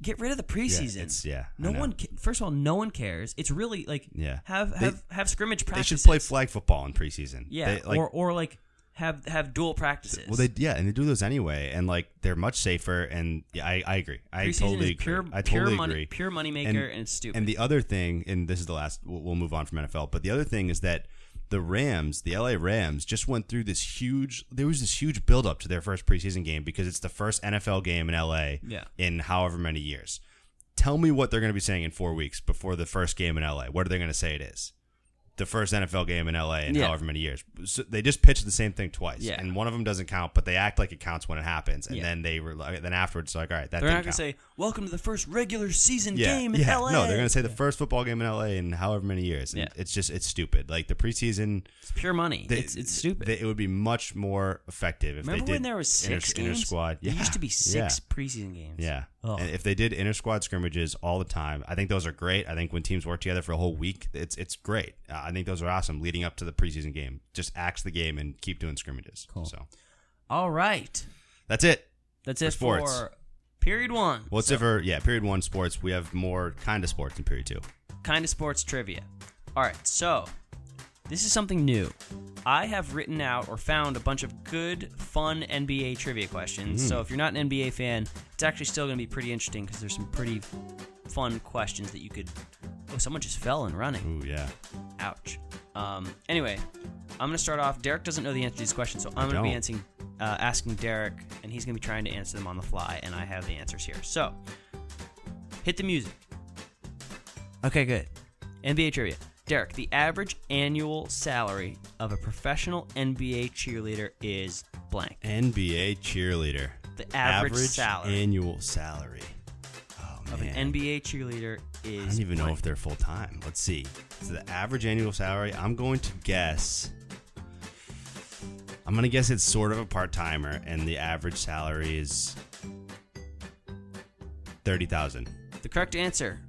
D: get rid of the preseason.
A: it's- yeah, I
D: no
A: know.
D: one. Ca- first of all, no one cares. It's really like
A: Yeah.
D: have
A: They-
D: have have scrimmage
A: they should
D: practices.
A: play flag football in preseason.
D: Yeah,
A: They, like,
D: or or like have have dual practices.
A: Well, they yeah, and they do those anyway, and like they're much safer. And yeah, I, I agree. I
D: Preseason
A: totally
D: is pure-
A: agree. I
D: pure
A: totally
D: money-
A: agree.
D: pure moneymaker, and it's stupid.
A: And the other thing, and this is the last. We'll, we'll move on from NFL, but the other thing is that the Rams, the LA Rams, just went through this huge. There was this huge buildup to their first preseason game because it's the first NFL game in LA
D: Yeah.
A: in however many years. Tell me what they're going to be saying in four weeks before the first game in LA. What are they going to say it is? the first NFL game in LA in
D: Yeah.
A: however many years. So they just pitched the same thing twice,
D: Yeah.
A: and one of them doesn't count, but they act like it counts when it happens, and
D: Yeah.
A: then they were like, then afterwards like, all right, that
D: They're not
A: didn't
D: going to
A: count.
D: say, "Welcome to the first regular season
A: yeah,
D: game in
A: yeah,
D: LA."
A: no, they're gonna say the first football game in LA in however many years. And
D: Yeah.
A: it's just it's stupid. Like the preseason,
D: it's pure money.
A: they-
D: it's it's stupid.
A: they- it would be much more effective if
D: Remember
A: they did
D: when there was six
A: inter,
D: games?
A: squad. Yeah,
D: There used to be
A: yeah.
D: six Oh. preseason games.
A: Yeah.
D: Ugh.
A: And if they did inter squad scrimmages all the time, I think those are great. I think when teams work together for a whole week, it's it's great. Uh, I think those are awesome leading up to the preseason game. Just axe the game and keep doing scrimmages.
D: Cool.
A: So
D: All right,
A: that's it.
D: that's
A: For
D: it
A: sports.
D: for period one.
A: Well, it's it for yeah, period one sports. We have more kind of sports in period two.
D: kind of sports trivia. All right, so this is something new. I have written out or found a bunch of good, fun NBA trivia questions. So if you're not an NBA fan, it's actually still going to be pretty interesting because there's some pretty fun questions that you could. Oh, someone just fell in
A: Ooh,
D: running.
A: yeah.
D: Ouch. Um, anyway, I'm gonna start off. Derek doesn't know the answer to these questions, so I'm gonna be
A: don't.
D: answering, uh, asking Derek, and he's gonna be trying to answer them on the fly. And I have the answers here. So, hit the music. Okay, good. NBA trivia. Derek, the average annual salary of a professional NBA cheerleader is blank.
A: NBA cheerleader.
D: The average salary.
A: annual salary. Oh
D: Of
A: man.
D: an NBA cheerleader is.
A: I don't even know
D: blank.
A: if they're full time. Let's see. So the average annual salary, I'm going to guess. I'm gonna guess it's sort of a part timer, and the average salary is thirty thousand.
D: the correct answer.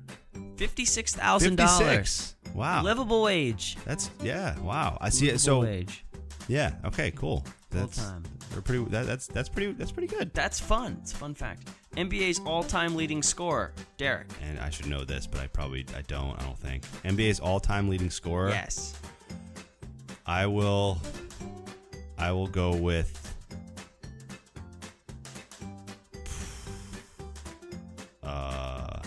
D: Fifty-six thousand dollars.
A: Wow.
D: Livable wage.
A: That's yeah. Wow. I see.
D: Livable
A: it. So
D: wage.
A: yeah. Okay. Cool. That's
D: time.
A: They're pretty. That, that's that's pretty. That's pretty good.
D: That's fun. It's a fun fact. NBA's all-time leading scorer, Derek.
A: And I should know this, but I probably I don't. I don't think NBA's all-time leading scorer.
D: Yes.
A: I will. I will go with. Uh,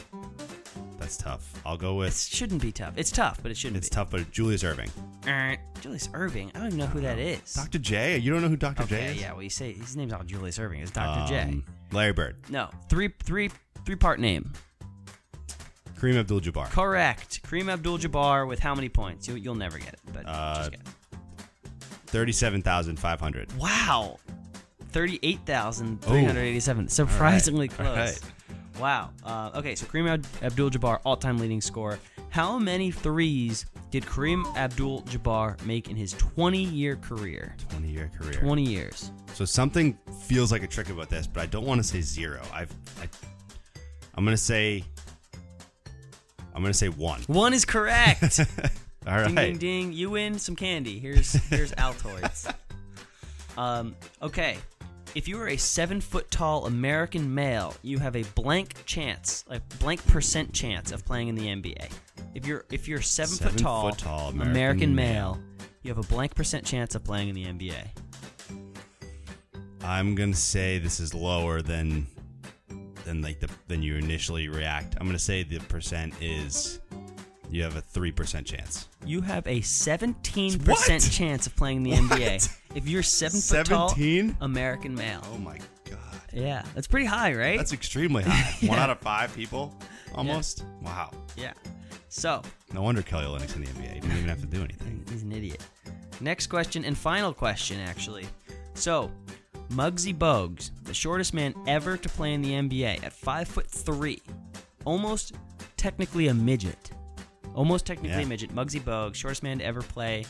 A: that's tough. I'll go
D: It
A: with.
D: shouldn't be tough. It's tough, but it shouldn't
A: It's
D: be.
A: tough, but Julius Irving.
D: Err, Julius Irving. I don't even know who that is.
A: Dr. J. You don't know who Dr.
D: okay,
A: J is?
D: yeah. Well, you say his name's not Julius Irving. It's Dr. J.
A: Um, Larry Bird.
D: No, three, three, three-part name.
A: Kareem Abdul-Jabbar.
D: Correct. Kareem Abdul-Jabbar with how many points? You, you'll never get it. But
A: Uh,
D: just guess.
A: Thirty-seven thousand five hundred.
D: wow, thirty-eight thousand three hundred eighty-seven. Surprisingly
A: All right.
D: close. Wow. Uh, okay, so Kareem Ab- Abdul-Jabbar, all-time leading scorer. How many threes did Kareem Abdul-Jabbar make in his 20-year career?
A: Twenty-year career.
D: 20 years.
A: So something feels like a trick about this, but I don't want to say zero. I've, I, I'm gonna say, I'm gonna say one.
D: One is correct.
A: All right.
D: Ding ding ding! You win some candy. Here's here's Altoids. um, okay, if you are a seven foot tall American male, you have a blank chance, a blank percent chance of playing in the NBA. If you're if you're seven,
A: Seven
D: foot tall,
A: foot tall
D: American,
A: American
D: male, you have a blank percent chance of playing in the NBA.
A: I'm gonna say this is lower than, than like the than you initially react. I'm gonna say the percent is, you have a three percent chance.
D: You have a seventeen percent
A: What?
D: chance of playing in the NBA. If you're seven foot tall
A: 17?
D: American male.
A: Oh my god,
D: Yeah, that's pretty high, right?
A: that's extremely high. One out of five people, almost. Wow.
D: yeah. So
A: No wonder Kelly Olynyk's in the NBA. He didn't even have to do anything.
D: He's an idiot. Next question and final question, actually. So, Muggsy Bogues, the shortest man ever to play in the NBA at five foot three, almost technically a midget. Almost technically a
A: Yeah.
D: midget. Muggsy Bogues, shortest man to ever play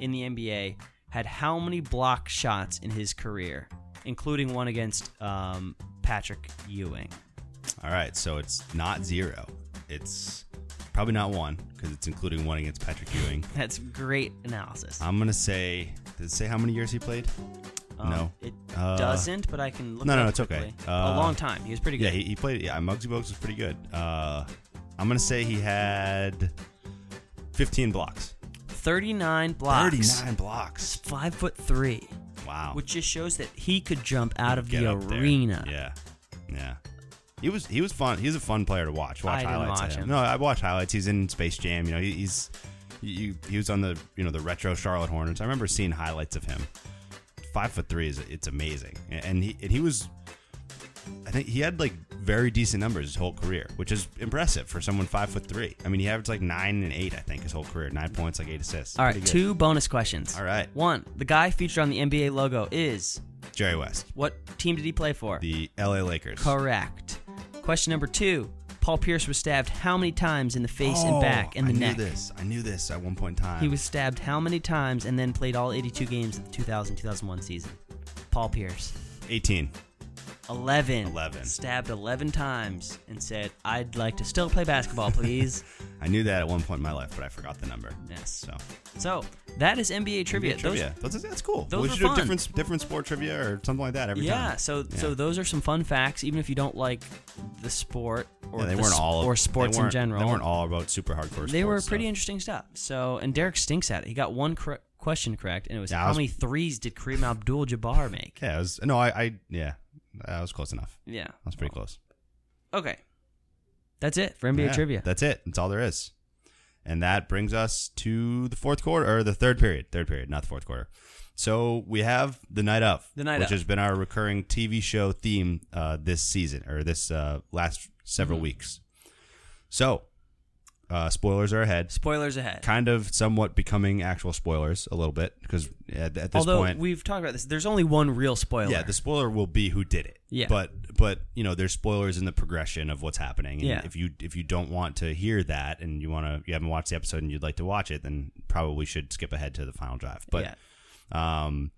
D: in the NBA, had how many block shots in his career, including one against um, Patrick Ewing?
A: All right, so it's not zero. It's probably not one because it's including one against Patrick Ewing.
D: That's great analysis.
A: I'm gonna say. Did it say how many years he played? no.
D: Um, it
A: Uh,
D: doesn't, but I can look.
A: no,
D: it
A: no,
D: up
A: it's okay.
D: quickly. a
A: Uh,
D: long time. He was pretty good.
A: Yeah, he, he played. Yeah, Muggsy Bogues was pretty good. Uh, I'm gonna say he had 15 blocks.
D: 39 blocks.
A: 39 blocks.
D: Five foot three,
A: Wow.
D: which just shows that he could jump out of
A: Oh. Get
D: the
A: up there.
D: arena.
A: Yeah, yeah. He was he was fun. He was a fun player to watch. Watch
D: I didn't
A: highlights. of
D: watch him.
A: No, I watched highlights. He's in Space Jam. You know, he, he's you, he was on the you know the retro Charlotte Hornets. I remember seeing highlights of him. Five foot three is it's amazing, and he and he was. I think he had like very decent numbers his whole career, which is impressive for someone five foot three. I mean, he averaged like nine and eight, I think, his whole career. Nine points, like eight assists.
D: All right,
A: Pretty good.
D: two bonus questions.
A: All right.
D: One, the guy featured on the NBA logo is
A: Jerry West,
D: what team did he play for?
A: the L.A. Lakers.
D: Correct. Question number two, Paul Pierce was stabbed how many times in the face and
A: Oh,
D: back and the
A: I
D: neck?
A: Knew this. I knew this at one point in time.
D: He was stabbed how many times and then played all 82 games of the 2000 2001 season? Paul Pierce.
A: 18.
D: 11.
A: 11.
D: Stabbed 11 times and said, I'd like to still play basketball, please.
A: I knew that at one point in my life, but I forgot the number.
D: Yes.
A: So
D: So that is NBA
A: NBA
D: trivia. Those-
A: trivia. Those, that's cool.
D: those
A: we
D: were
A: should do
D: fun.
A: different different sport trivia or something like that every time.
D: yeah. So so those are some fun facts. Even if you don't like the sport or
A: Yeah, they
D: the
A: weren't
D: sp-
A: all
D: or
A: they
D: sports in
A: weren't-
D: general,
A: They weren't all about super hardcore.
D: They
A: sports
D: were pretty
A: stuff.
D: interesting stuff. So and Derek stinks at it. He got one cor- question correct, and it was
A: Yeah, I
D: how
A: was-
D: many threes did Kareem Abdul-Jabbar make?
A: Yeah, it was, no, I, I, yeah, that was close enough.
D: Yeah.
A: That was pretty close.
D: Okay. That's it for NBA
A: Yeah,
D: trivia.
A: That's it. That's all there is. And that brings us to the fourth quarter or the third period. Third period, not the fourth quarter. So we have the night of,
D: The Night
A: which
D: Of.
A: has been our recurring TV show theme uh, this season or this uh, last several
D: Mm-hmm.
A: weeks. So uh, spoilers are ahead.
D: Spoilers ahead.
A: Kind of somewhat becoming actual spoilers a little bit because at, at this
D: Although
A: point,
D: we've talked about this, there's only one real spoiler.
A: yeah, the spoiler will be who did it.
D: Yeah.
A: But but you know, there's spoilers in the progression of what's happening. And
D: Yeah.
A: If you if you don't want to hear that and you want to you haven't watched the episode and you'd like to watch it, then probably should skip ahead to the final draft.
D: Yeah.
A: But um,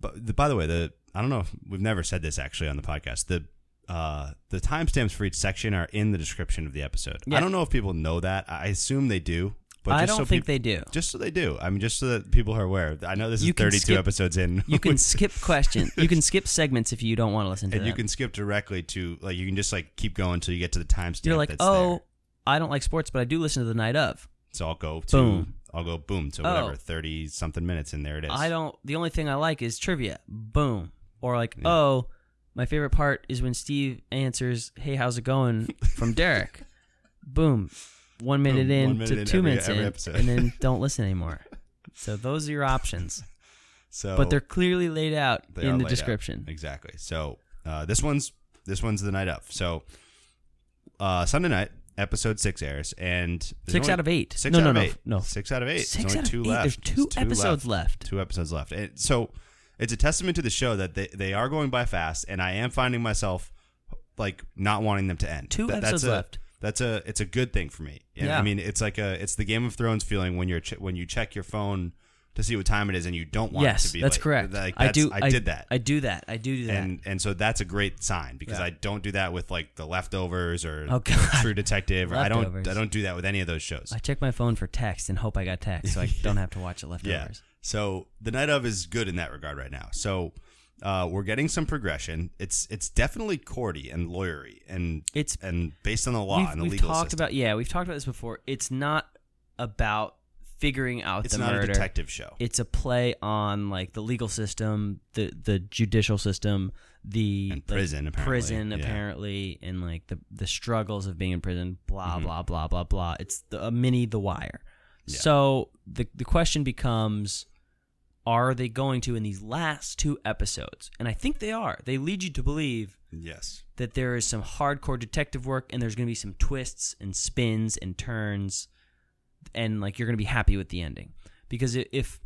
A: but the, by the way, the I don't know if we've never said this actually on the podcast. The uh, the timestamps for each section are in the description of the episode.
D: Yeah.
A: I don't know if people know that. I assume they do. But
D: I
A: just
D: don't
A: so
D: think
A: peop-
D: they do.
A: Just so they do. I mean, just so that people are aware. I know this is
D: You can
A: 32
D: skip-
A: episodes in.
D: You can
A: We-
D: skip questions. You can skip segments if you don't want to listen to
A: and you
D: them.
A: can skip directly to like you can just like keep going until you get to the timestamp.
D: You're like,
A: that's
D: oh,
A: there.
D: I don't like sports, but I do listen to the night of.
A: so I'll go to
D: boom.
A: I'll go boom to
D: Oh.
A: whatever thirty something minutes, and there it is.
D: I don't. The only thing I like is trivia. Boom. Or like, oh, my favorite part is when Steve answers, "Hey, how's it going?" from Derek. Boom. One minute
A: Boom.
D: in
A: One minute
D: to
A: in
D: two
A: every-
D: minutes
A: every
D: in,
A: episode.
D: and then don't listen anymore. So those are your options,
A: So,
D: but they're clearly laid out
A: Oh. they are
D: in the
A: laid out.
D: description.
A: exactly. So uh, this one's this one's the night of. So uh, Sunday night, episode six airs, and there's
D: Six
A: only-
D: out of eight.
A: Six
D: No,
A: out
D: no,
A: of
D: no,
A: eight.
D: no.
A: Six out of eight.
D: Six
A: There's only
D: out of
A: two
D: eight.
A: left.
D: There's two
A: It's
D: episodes left.
A: Two episodes left. And so it's a testament to the show that they, they are going by fast, and I am finding myself like not wanting them to end.
D: Two
A: that's
D: episodes
A: a-
D: left.
A: That's a it's a good thing for me. And
D: Yeah.
A: I mean, it's like a it's the Game of Thrones feeling when you're che- when you check your phone to see what time it is, and you don't want it
D: Yes,
A: to be.
D: that's
A: late.
D: correct.
A: Like,
D: I
A: that's-
D: do.
A: I did that
D: I do that. I do do that.
A: and and so that's a great sign because
D: Yeah.
A: I don't do that with like the leftovers or
D: Oh, God.
A: True Detective. Or I don't
D: Leftovers.
A: I don't do that with any of those shows.
D: I check my phone for text and hope I got text, so I don't have to watch it
A: yeah.
D: leftovers.
A: So the night of is good in that regard right now. So uh, we're getting some progression. It's it's definitely courty and lawyery and
D: It's-
A: and based on the law
D: we've,
A: and the
D: we've
A: legal
D: talked
A: system.
D: about yeah we've talked about this before it's not about figuring out
A: it's
D: the
A: not
D: murder
A: a detective show.
D: it's a play on like the legal system the the judicial system the
A: And
D: like,
A: prison, apparently.
D: prison
A: Yeah.
D: apparently and like the the struggles of being in prison blah blah blah blah blah it's the, a mini the wire
A: Mm-hmm. Yeah.
D: so the the question becomes are they going to in these last two episodes and i think they are they lead you to believe
A: yes.
D: that there is some hardcore detective work and there's going to be some twists and spins and turns and like you're going to be happy with the ending because i- if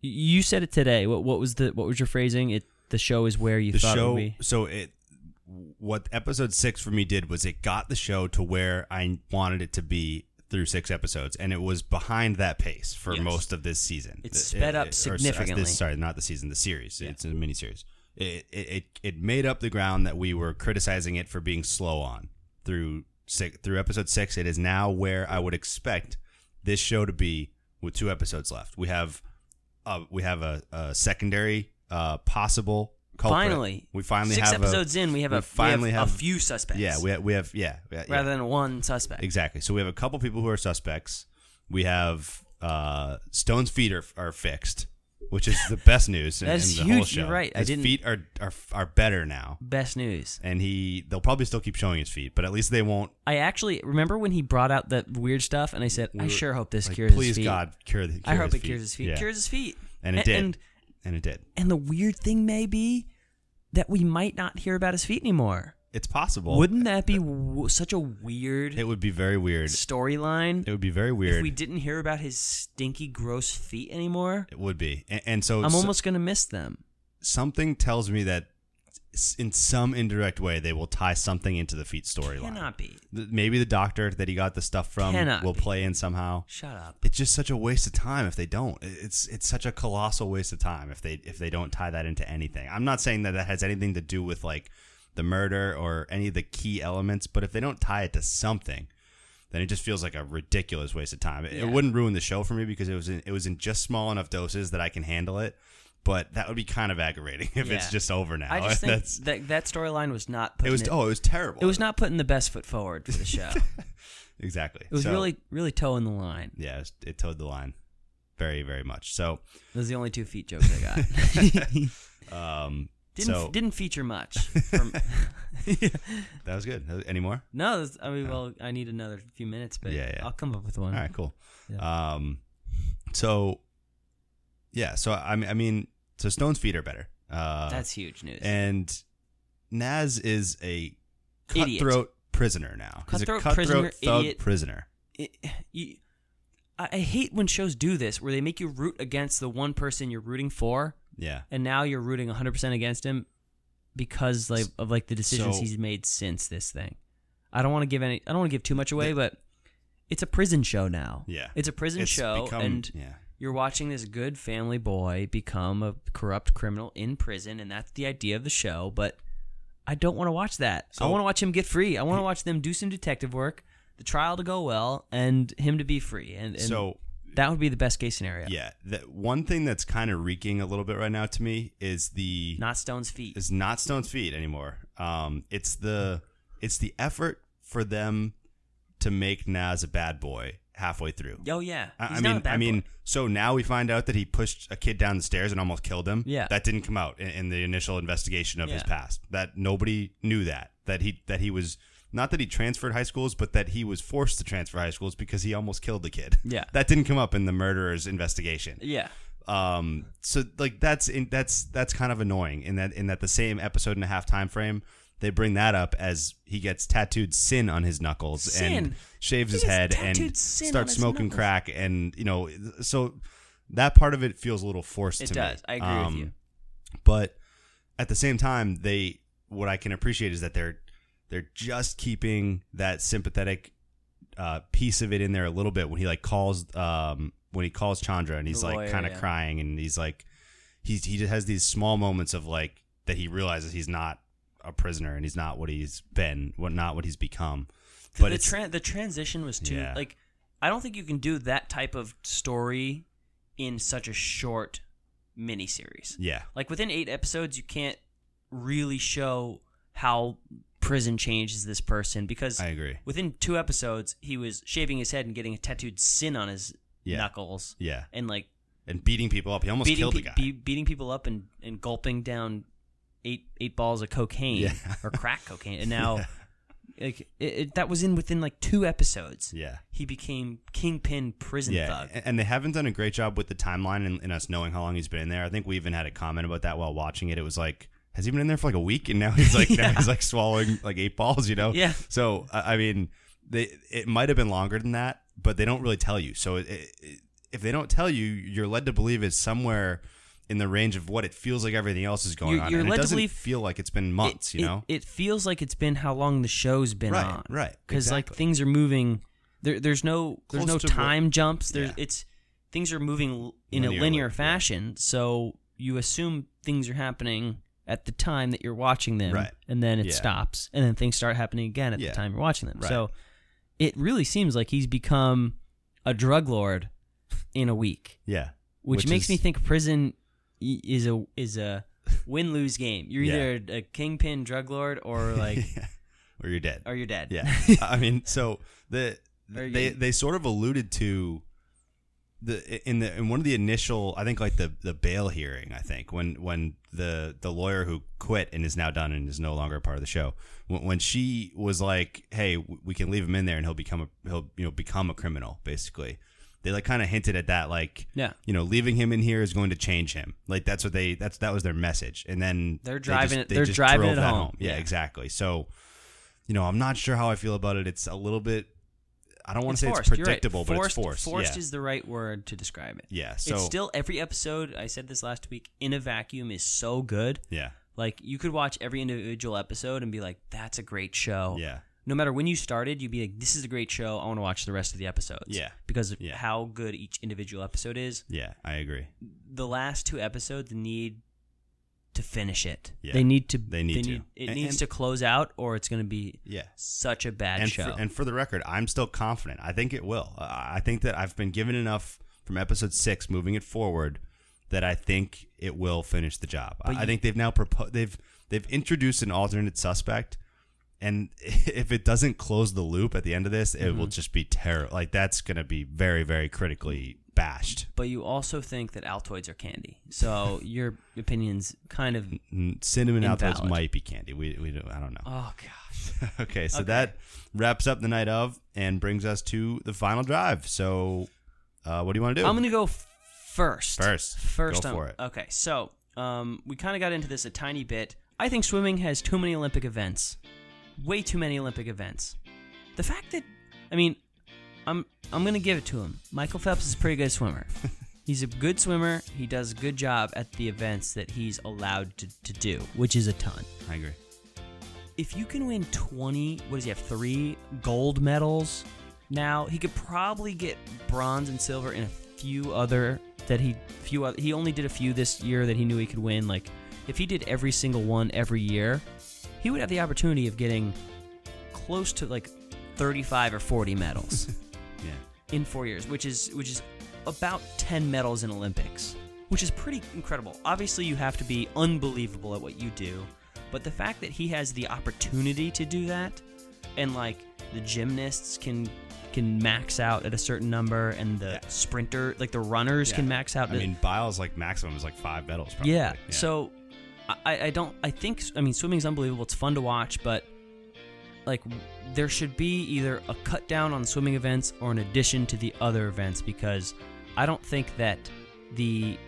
D: you said it today what what was the what was your phrasing it the show is where you
A: the
D: thought it
A: show
D: would be
A: so it what episode six for me did was it got the show to where i wanted it to be through six episodes and it was behind that pace for
D: Yes.
A: most of this season uh,
D: It sped up
A: or s-
D: significantly.
A: this, sorry not the season the series it's a miniseries it, it, it, it made up the ground that we were criticizing it for being slow on through six, through episode six it is now where i would expect this show to be with two episodes left we have uh, we have a, a secondary uh, possible culprit.
D: finally
A: we finally
D: six
A: have a-
D: episodes in we have
A: we
D: a
A: finally
D: we have,
A: have-
D: a few suspects
A: yeah we have, we have yeah, yeah, yeah.
D: rather than one suspect
A: exactly so we have a couple people who are suspects we have uh, Stone's feet are, are fixed which is the best news in,
D: That is
A: in the whole
D: huge.
A: show
D: You're right. I
A: his
D: didn't-
A: feet are, are are better now
D: best news
A: and he they'll probably still keep showing his feet but at least they won't
D: i actually remember when he brought out that weird stuff and i said i
A: were-
D: sure hope this
A: like,
D: cures his
A: please
D: feet.
A: God cure, the, cure
D: i hope
A: his
D: it cures his feet
A: Yeah.
D: cures his feet
A: and it
D: A-
A: did and it did
D: And the weird thing may be that we might not hear about his feet anymore.
A: it's possible
D: Wouldn't that be w- such a weird
A: uh, it would be very weird
D: storyline
A: it would be very weird
D: if we didn't hear about his stinky, gross feet anymore?
A: It would be, and, and so
D: I'm
A: so-
D: almost gonna miss them.
A: something tells me that s- in some indirect way they will tie something into the feet storyline.
D: Cannot be.
A: Th- Maybe the doctor that he got the stuff from
D: Cannot
A: will
D: be.
A: play in somehow.
D: Shut up.
A: It's just such a waste of time if they don't. It- It's it's such a colossal waste of time if they if they don't tie that into anything. I'm not saying that that has anything to do with like the murder or any of the key elements, but if they don't tie it to something, then it just feels like a ridiculous waste of time. It, it
D: Yeah.
A: wouldn't ruin the show for me because it was in, it was in just small enough doses that I can handle it. But that would be kind of aggravating if it's
D: Yeah.
A: just over now.
D: I just think
A: That's-
D: that that storyline was not.
A: it
D: Putting
A: was
D: It,
A: oh it was terrible.
D: it was not putting the best foot forward for the show.
A: exactly.
D: It was
A: So,
D: really, really toeing the line.
A: yeah. It, was- it towed the line very very much. So
D: Those are the only two feet jokes I got.
A: um,
D: Didn't
A: So-
D: didn't feature much. From,
A: That was good. Uh, Any more?
D: no, that's- I mean, well, I need another few minutes, but
A: Yeah, yeah.
D: I'll come up with one.
A: All right, cool. Um, so yeah, so I mean, I mean, so Stone's feet are better. Uh,
D: That's huge news.
A: and Naz is a
D: Idiot.
A: cutthroat prisoner now. He's a
D: Cutthroat
A: cutthroat
D: prisoner,
A: thug
D: idiot.
A: prisoner.
D: It- you, I, I hate when shows do this, where they make you root against the one person you're rooting for,
A: Yeah.
D: and now you're rooting 100 percent against him because like of like the decisions
A: So-
D: he's made since this thing. I don't want to give any. I don't want to give too much away, but it's a prison show now.
A: Yeah.
D: it's a prison
A: It's
D: show,
A: become-
D: and
A: yeah.
D: you're watching this good family boy become a corrupt criminal in prison, and that's the idea of the show. But I don't want to watch that. I
A: So-
D: want to watch him get free. I want to watch them do some detective work, the trial to go well, and him to be free. And, and
A: So
D: that would be the best case scenario.
A: yeah, that one thing that's kind of reeking a little bit right now to me is the
D: not Stone's feet.
A: is not Stone's feet anymore. Um, it's the it's the effort for them to make Naz a bad boy halfway through.
D: Oh yeah,
A: I,
D: He's
A: I
D: not
A: mean,
D: a bad
A: I mean,
D: boy.
A: so now we find out that he pushed a kid down the stairs and almost killed him.
D: Yeah.
A: that didn't come out in, in the initial investigation of his
D: Yeah.
A: past. That nobody knew that that he that he was not that he transferred high schools, but that he was forced to transfer high schools because he almost killed the kid.
D: Yeah.
A: that didn't come up in the murderer's investigation.
D: yeah,
A: Um, so like that's in, that's that's kind of annoying in that in that the same episode and a half time frame. They bring that up as he gets tattooed sin on his knuckles and
D: Sin.
A: shaves
D: He
A: his
D: gets
A: head and
D: tattooed sin on
A: starts
D: his
A: smoking
D: knuckles.
A: crack and you know so that part of it feels a little forced
D: it
A: to
D: does.
A: me.
D: I agree
A: Um,
D: with you.
A: But at the same time, they what I can appreciate is that they're they're just keeping that sympathetic uh, piece of it in there a little bit when he like calls um, when he calls Chandra and he's
D: The
A: like
D: lawyer,
A: kind of
D: yeah.
A: crying and he's like he's he just has these small moments of like that he realizes he's not a prisoner and he's not what he's been what not what he's become. But
D: the
A: it's,
D: tran the transition was too
A: Yeah.
D: like I don't think you can do that type of story in such a short miniseries.
A: yeah,
D: Like within eight episodes, you can't really show how prison changes this person because
A: I agree.
D: within two episodes he was shaving his head and getting a tattooed sin on his
A: Yeah.
D: knuckles
A: Yeah,
D: and like
A: and beating people up. He almost
D: beating
A: killed the
D: pe-
A: guy.
D: be- beating people up and, and gulping down eight eight balls of cocaine
A: Yeah.
D: or crack cocaine and now like it, it, that was in within like two episodes
A: Yeah.
D: he became kingpin prison thug
A: a- And they haven't done a great job with the timeline and, and us knowing how long he's been in there. I think we even had a comment about that while watching it. It was like, has he been in there for like a week? And now he's like, now he's like swallowing like eight balls, you know?
D: Yeah.
A: So, I I mean, they, it might have been longer than that, but they don't really tell you. So, it, it, if they don't tell you, you're led to believe it's somewhere in the range of what it feels like everything else is going
D: You're-
A: on.
D: you're
A: and
D: led
A: it
D: to
A: doesn't
D: believe-
A: feel like it's been months,
D: it,
A: you
D: it-
A: know?
D: It, feels like it's been how long the show's been
A: Right,
D: on.
A: right,
D: Because
A: exactly.
D: like things are moving. There, there's no there's
A: Close
D: no
A: to what-
D: time jumps. There's
A: yeah.
D: it's things are moving l- in
A: Linearly,
D: a linear
A: yeah.
D: fashion. So you assume things are happening at the time that you're watching them,
A: Right.
D: and then it
A: Yeah.
D: stops, and then things start happening again at
A: Yeah.
D: the time you're watching them.
A: Right.
D: So it really seems like he's become a drug lord in a week
A: yeah.
D: which,
A: Which
D: makes
A: is-
D: me think prison y- is a is a win lose game. You're
A: Yeah.
D: either a kingpin drug lord or like
A: Or you're dead.
D: or you're dead.
A: Yeah, I mean, so the
D: Or you-
A: they they sort of alluded to the in the in one of the initial, I think, like the the bail hearing. I think when when the the lawyer who quit and is now done and is no longer a part of the show, when, when she was like, "Hey, w- we can leave him in there and he'll become a he'll you know become a criminal," basically. They like kind of hinted at that, like
D: Yeah.
A: you know, leaving him in here is going to change him. Like that's what they that's that was their message. And then
D: They're
A: they just-
D: driving it-
A: they
D: they're
A: just
D: driving
A: drove
D: it
A: that
D: home.
A: Yeah,
D: Yeah.
A: exactly. So you know, I'm not sure how I feel about it. It's a little bit. I don't want
D: It's
A: to say
D: forced.
A: it's
D: You're right.
A: predictable, but
D: forced,
A: it's forced.
D: Forced
A: yeah.
D: is the right word to describe it.
A: yeah. So
D: it's still every episode. I said this last week. In a vacuum is so good.
A: yeah,
D: Like you could watch every individual episode and be like, "That's a great show."
A: yeah,
D: No matter when you started, you'd be like, "This is a great show. I want to watch the rest of the episodes."
A: Yeah.
D: Because of
A: Yeah.
D: how good each individual episode is.
A: yeah. I agree.
D: the last two episodes need to finish it.
A: Yeah.
D: They need to.
A: They need to.
D: it
A: And-
D: needs
A: and-
D: to close out, or it's going to be
A: Yeah.
D: such a bad
A: and
D: show.
A: For, and for the record, I'm still confident. I think it will. I I think that I've been given enough from episode six, moving it forward, that I think it will finish the job. I,
D: But
A: I
D: you-
A: think they've now proposed. They've they've introduced an alternate suspect, and if it
D: Mm-hmm.
A: doesn't close the loop at the end of this, it will just be terrible. Like that's going to be very very critically bashed.
D: but you also think that Altoids are candy. So your opinion's kind of
A: N- Cinnamon
D: Invalid.
A: Altoids might be candy. We, we don't, I don't know.
D: oh gosh.
A: okay, so that wraps up the night of and brings us to the final drive. So, uh, what do you want to do?
D: I'm gonna go f- first.
A: First.
D: first.
A: Go
D: um,
A: for it.
D: Okay, so um, we kind of got into this a tiny bit. I think swimming has too many Olympic events, way too many Olympic events. The fact that, I mean, I'm I'm gonna give it to him. Michael Phelps is a pretty good swimmer. He's a good swimmer. He does a good job at the events that he's allowed to, to do, which is a ton.
A: I agree.
D: if you can win 20 what does he have three gold medals now he could probably get bronze and silver in a few other that he few oth- he only did a few this year that he knew he could win like if he did every single one every year he would have the opportunity of getting close to like 35 or 40 medals
A: Yeah.
D: in four years, which is which is about ten medals in Olympics, which is pretty incredible. Obviously, you have to be unbelievable at what you do, but the fact that he has the opportunity to do that, and like the gymnasts can can max out at a certain number, and the
A: Yeah.
D: sprinter, like the runners, can
A: Yeah.
D: max out.
A: I
D: at-
A: mean, Biles like maximum is like five medals. Probably.
D: yeah. So I, I don't. I think. I mean, swimming's unbelievable. It's fun to watch, but like there should be either a cut down on swimming events or an addition to the other events because I don't think that the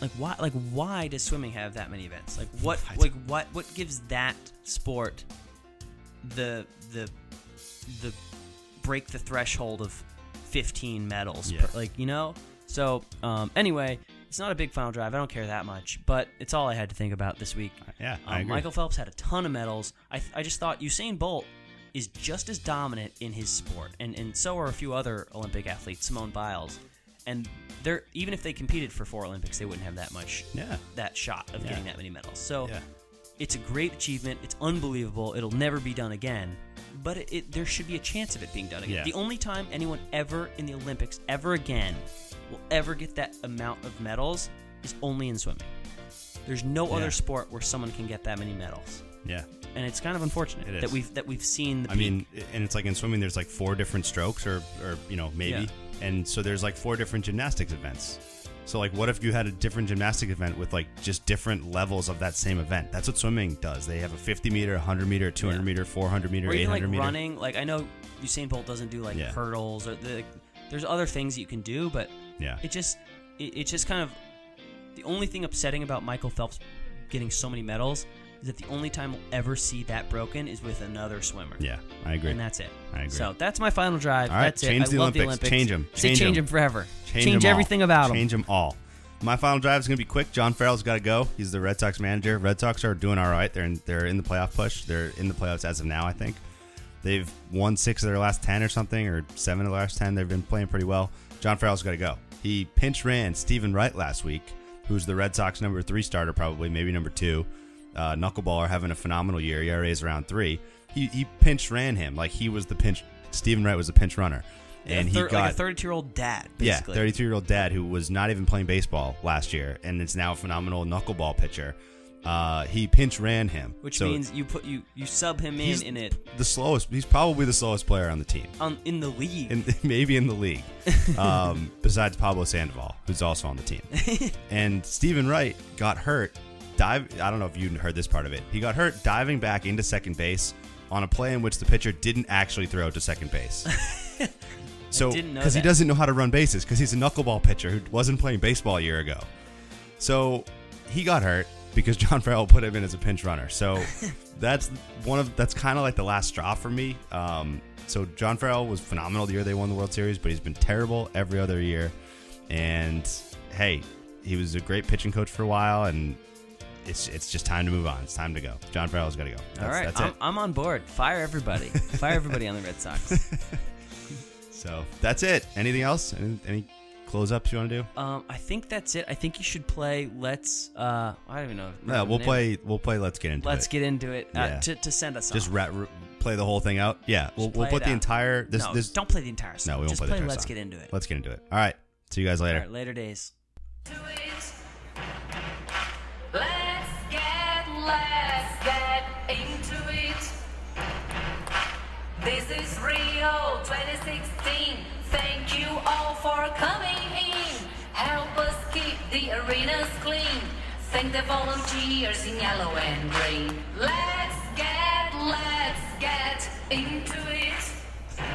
D: like why like why does swimming have that many events? Like what
A: I
D: like what what gives that sport the the the break the threshold of 15 medals
A: Yeah.
D: per, like you know so um, anyway it's not a big final drive i don't care that much but it's all i had to think about this week
A: Uh, yeah, I
D: um,
A: agree.
D: michael phelps had a ton of medals I, th- I just thought usain bolt is just as dominant in his sport and, and so are a few other olympic athletes simone biles and they're even if they competed for four olympics they wouldn't have that much
A: yeah,
D: that shot of
A: Yeah.
D: getting that many medals so
A: yeah.
D: it's a great achievement. It's unbelievable. It'll never be done again. But it, it, there should be a chance of it being done again.
A: Yeah.
D: The only time anyone ever in the Olympics ever again will ever get that amount of medals is only in swimming. There's no
A: Yeah.
D: other sport where someone can get that many medals,
A: yeah.
D: and it's kind of unfortunate
A: It is.
D: that we've that we've seen. The
A: I mean, and it's like in swimming, there's like four different strokes, or or you know maybe, and so there's like four different gymnastics events. So like, what if you had a different gymnastic event with like just different levels of that same event? That's what swimming does. They have a 50 meter, 100 meter, 200
D: Yeah.
A: meter, 400 meter,
D: or
A: 800
D: even like
A: meter.
D: running. Like I know Usain Bolt doesn't do like
A: Yeah.
D: hurdles or the, there's other things that you can do, but
A: Yeah,
D: it just it, it's just kind of the only thing upsetting about Michael Phelps getting so many medals is that the only time we'll ever see that broken is with another swimmer.
A: yeah, I agree.
D: And that's it.
A: I agree.
D: So that's my final drive.
A: All right,
D: that's
A: change
D: it. I
A: the
D: love the
A: Olympics.
D: Olympics.
A: Change 'em.
D: Say
A: Change
D: change
A: 'em.
D: them forever.
A: Change,
D: Change,
A: 'em all.
D: everything about them.
A: Change them all. My final drive is going to be quick. John Farrell's got to go. He's the Red Sox manager. Red Sox are doing all right. They're in, they're in the playoff push. They're in the playoffs as of now, I think. They've won six of their last 10 or something, or seven of the last 10. They've been playing pretty well. John Farrell's got to go. He pinch ran Stephen Wright last week, who's the Red Sox number three starter, probably, maybe number two. Uh, Knuckleballer having a phenomenal year. ERA is around three. He, he pinch ran him. Like, he was the pinch. Stephen Wright was the pinch runner. And
D: a thir-
A: he got
D: like a 32 year old dad, basically.
A: yeah, 32 year old dad who was not even playing baseball last year and is now a phenomenal knuckleball pitcher. Uh, he pinch ran him,
D: Which
A: So
D: means you put you you sub him in
A: he's
D: in it
A: the slowest. He's probably the slowest player on the team,
D: on in the league.
A: and maybe in the league, um, besides Pablo Sandoval, who's also on the team. and Stephen Wright got hurt. Dive. I don't know if you heard this part of it. He got hurt diving back into second base on a play in which the pitcher didn't actually throw to second base. so
D: didn't know
A: because he
D: that.
A: doesn't know how to run bases because he's a knuckleball pitcher who wasn't playing baseball a year ago. So he got hurt because John Farrell put him in as a pinch runner. So that's one of that's kind of like the last straw for me. Um, so John Farrell was phenomenal the year they won the World Series, but he's been terrible every other year. And hey, he was a great pitching coach for a while, and it's it's just time to move on. It's time to go. John Farrell's got to go. That's,
D: All right,
A: that's
D: I'm,
A: it.
D: I'm on board. Fire everybody. Fire everybody on the Red Sox.
A: So that's it. Anything else? Any, any close ups you want to do?
D: Um, I think that's it. I think you should play. Let's. Uh, I don't even know.
A: Yeah,
D: remember
A: we'll
D: the name.
A: play. We'll play. Let's get into
D: Let's
A: it.
D: get into it. Uh,
A: Yeah.
D: to, to send us
A: just
D: on.
A: ra- r- play the whole thing out. Yeah, we'll,
D: Just
A: we'll
D: play
A: put
D: it
A: the
D: out.
A: entire this
D: no,
A: this.
D: don't play the entire song.
A: no, we won't
D: just
A: play the entire
D: Let's
A: song.
D: get into it.
A: Let's get into it. All right. See you guys later.
D: All right, later days.
E: to it. Let's get, let's get into it. This This is Rio 2016. Thank you all for coming in. Help us keep the arenas clean. Thank the volunteers in yellow and green. Let's get, let's get into it.